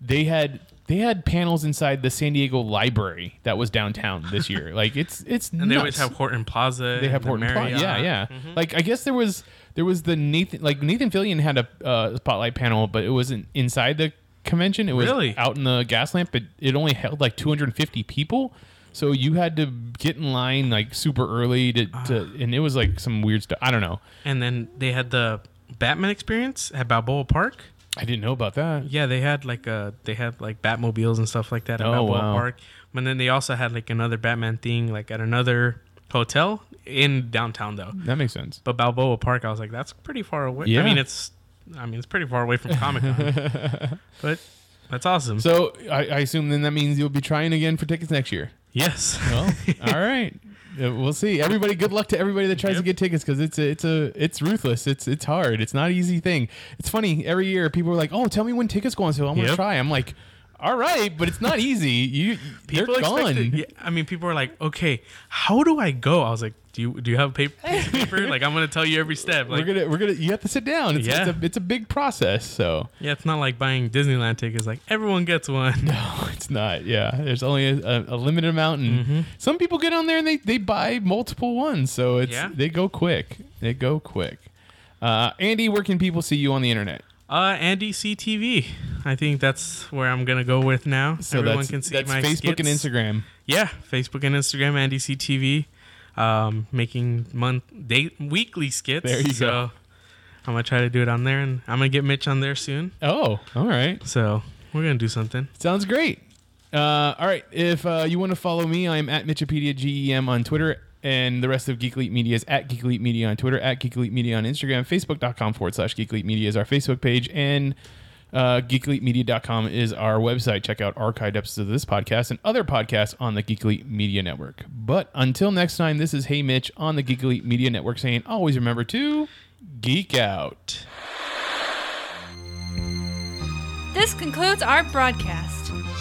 A: they had they had panels inside the San Diego Library that was downtown this year. like it's it's
B: and they always have Horton Plaza.
A: they have
B: and the
A: Horton Plaza.
B: Marriott. Mm-hmm.
A: Yeah, yeah. Like I guess there was there was the Nathan like Nathan Fillion had a uh, spotlight panel, but it wasn't inside the convention. It was
B: Really?
A: out in the gas lamp, but it only held like 250 people. So you had to get in line like super early to, to
B: Ah.
A: and it was like some weird stuff. I don't know.
B: And then they had the Batman experience at Balboa Park.
A: I didn't know about that.
B: Yeah, they had like a they had like Batmobiles and stuff like that at
A: Oh,
B: Balboa
A: wow.
B: Park. And then they also had like another Batman thing like at another hotel in downtown though.
A: That makes sense.
B: But Balboa Park, I was like, that's pretty far away.
A: Yeah.
B: I mean, it's I mean, it's pretty far away from Comic Con, but that's awesome.
A: So I, I assume then that means you'll be trying again for tickets next year.
B: yes,
A: Well, all right. Yeah, We'll see. Everybody, good luck to everybody that tries to
B: Yep.
A: get tickets because it's a, it's a it's ruthless. It's it's hard. It's not an easy thing. It's funny. Every year, people are like, "Oh, tell me when tickets go on sale. I'm gonna
B: Yep.
A: try." I'm like, "All right," but it's not easy. You
B: people
A: they're
B: expect
A: gone.
B: it. Yeah, I mean, people are like, okay, how do I go? I was like, do you do you have a paper? Piece of paper? like, I'm gonna tell you every step. Like,
A: we're gonna we're gonna you have to sit down. It's,
B: Yeah.
A: it's a it's a big process. So
B: yeah, it's not like buying Disneyland tickets. Like, everyone gets one.
A: no, it's not. Yeah, there's only a, a, a limited amount, and
B: Mm-hmm.
A: some people get on there and they they buy multiple ones. So it's
B: Yeah.
A: they go quick. They go quick. Uh, Andy, where can people see you on the internet?
B: Uh, Andy CTV. I think that's where I'm gonna go with now.
A: So
B: Everyone
A: that's,
B: can see
A: that's
B: my
A: Facebook and
B: skits.
A: Instagram.
B: Yeah, Facebook and Instagram. Andy CTV, um, making month day weekly skits.
A: There you
B: so
A: go.
B: I'm gonna try to do it on there, and I'm gonna get Mitch on there soon.
A: Oh, all right.
B: So we're gonna do something.
A: Sounds great. Uh, all right. If uh, you want to follow me, I'm at Mitchipedia GEM on Twitter, and the rest of Geek Elite Media is at Geek Elite Media on Twitter, at Geek Elite Media on Instagram, Facebook.com forward slash Geek Elite Media is our Facebook page, and uh, geekelitemedia.com is our website. Check out archived episodes of this podcast and other podcasts on the Geek Elite Media Network. But until next time, this is Hey Mitch on the Geek Elite Media Network saying always remember to geek out.
C: This concludes our broadcast.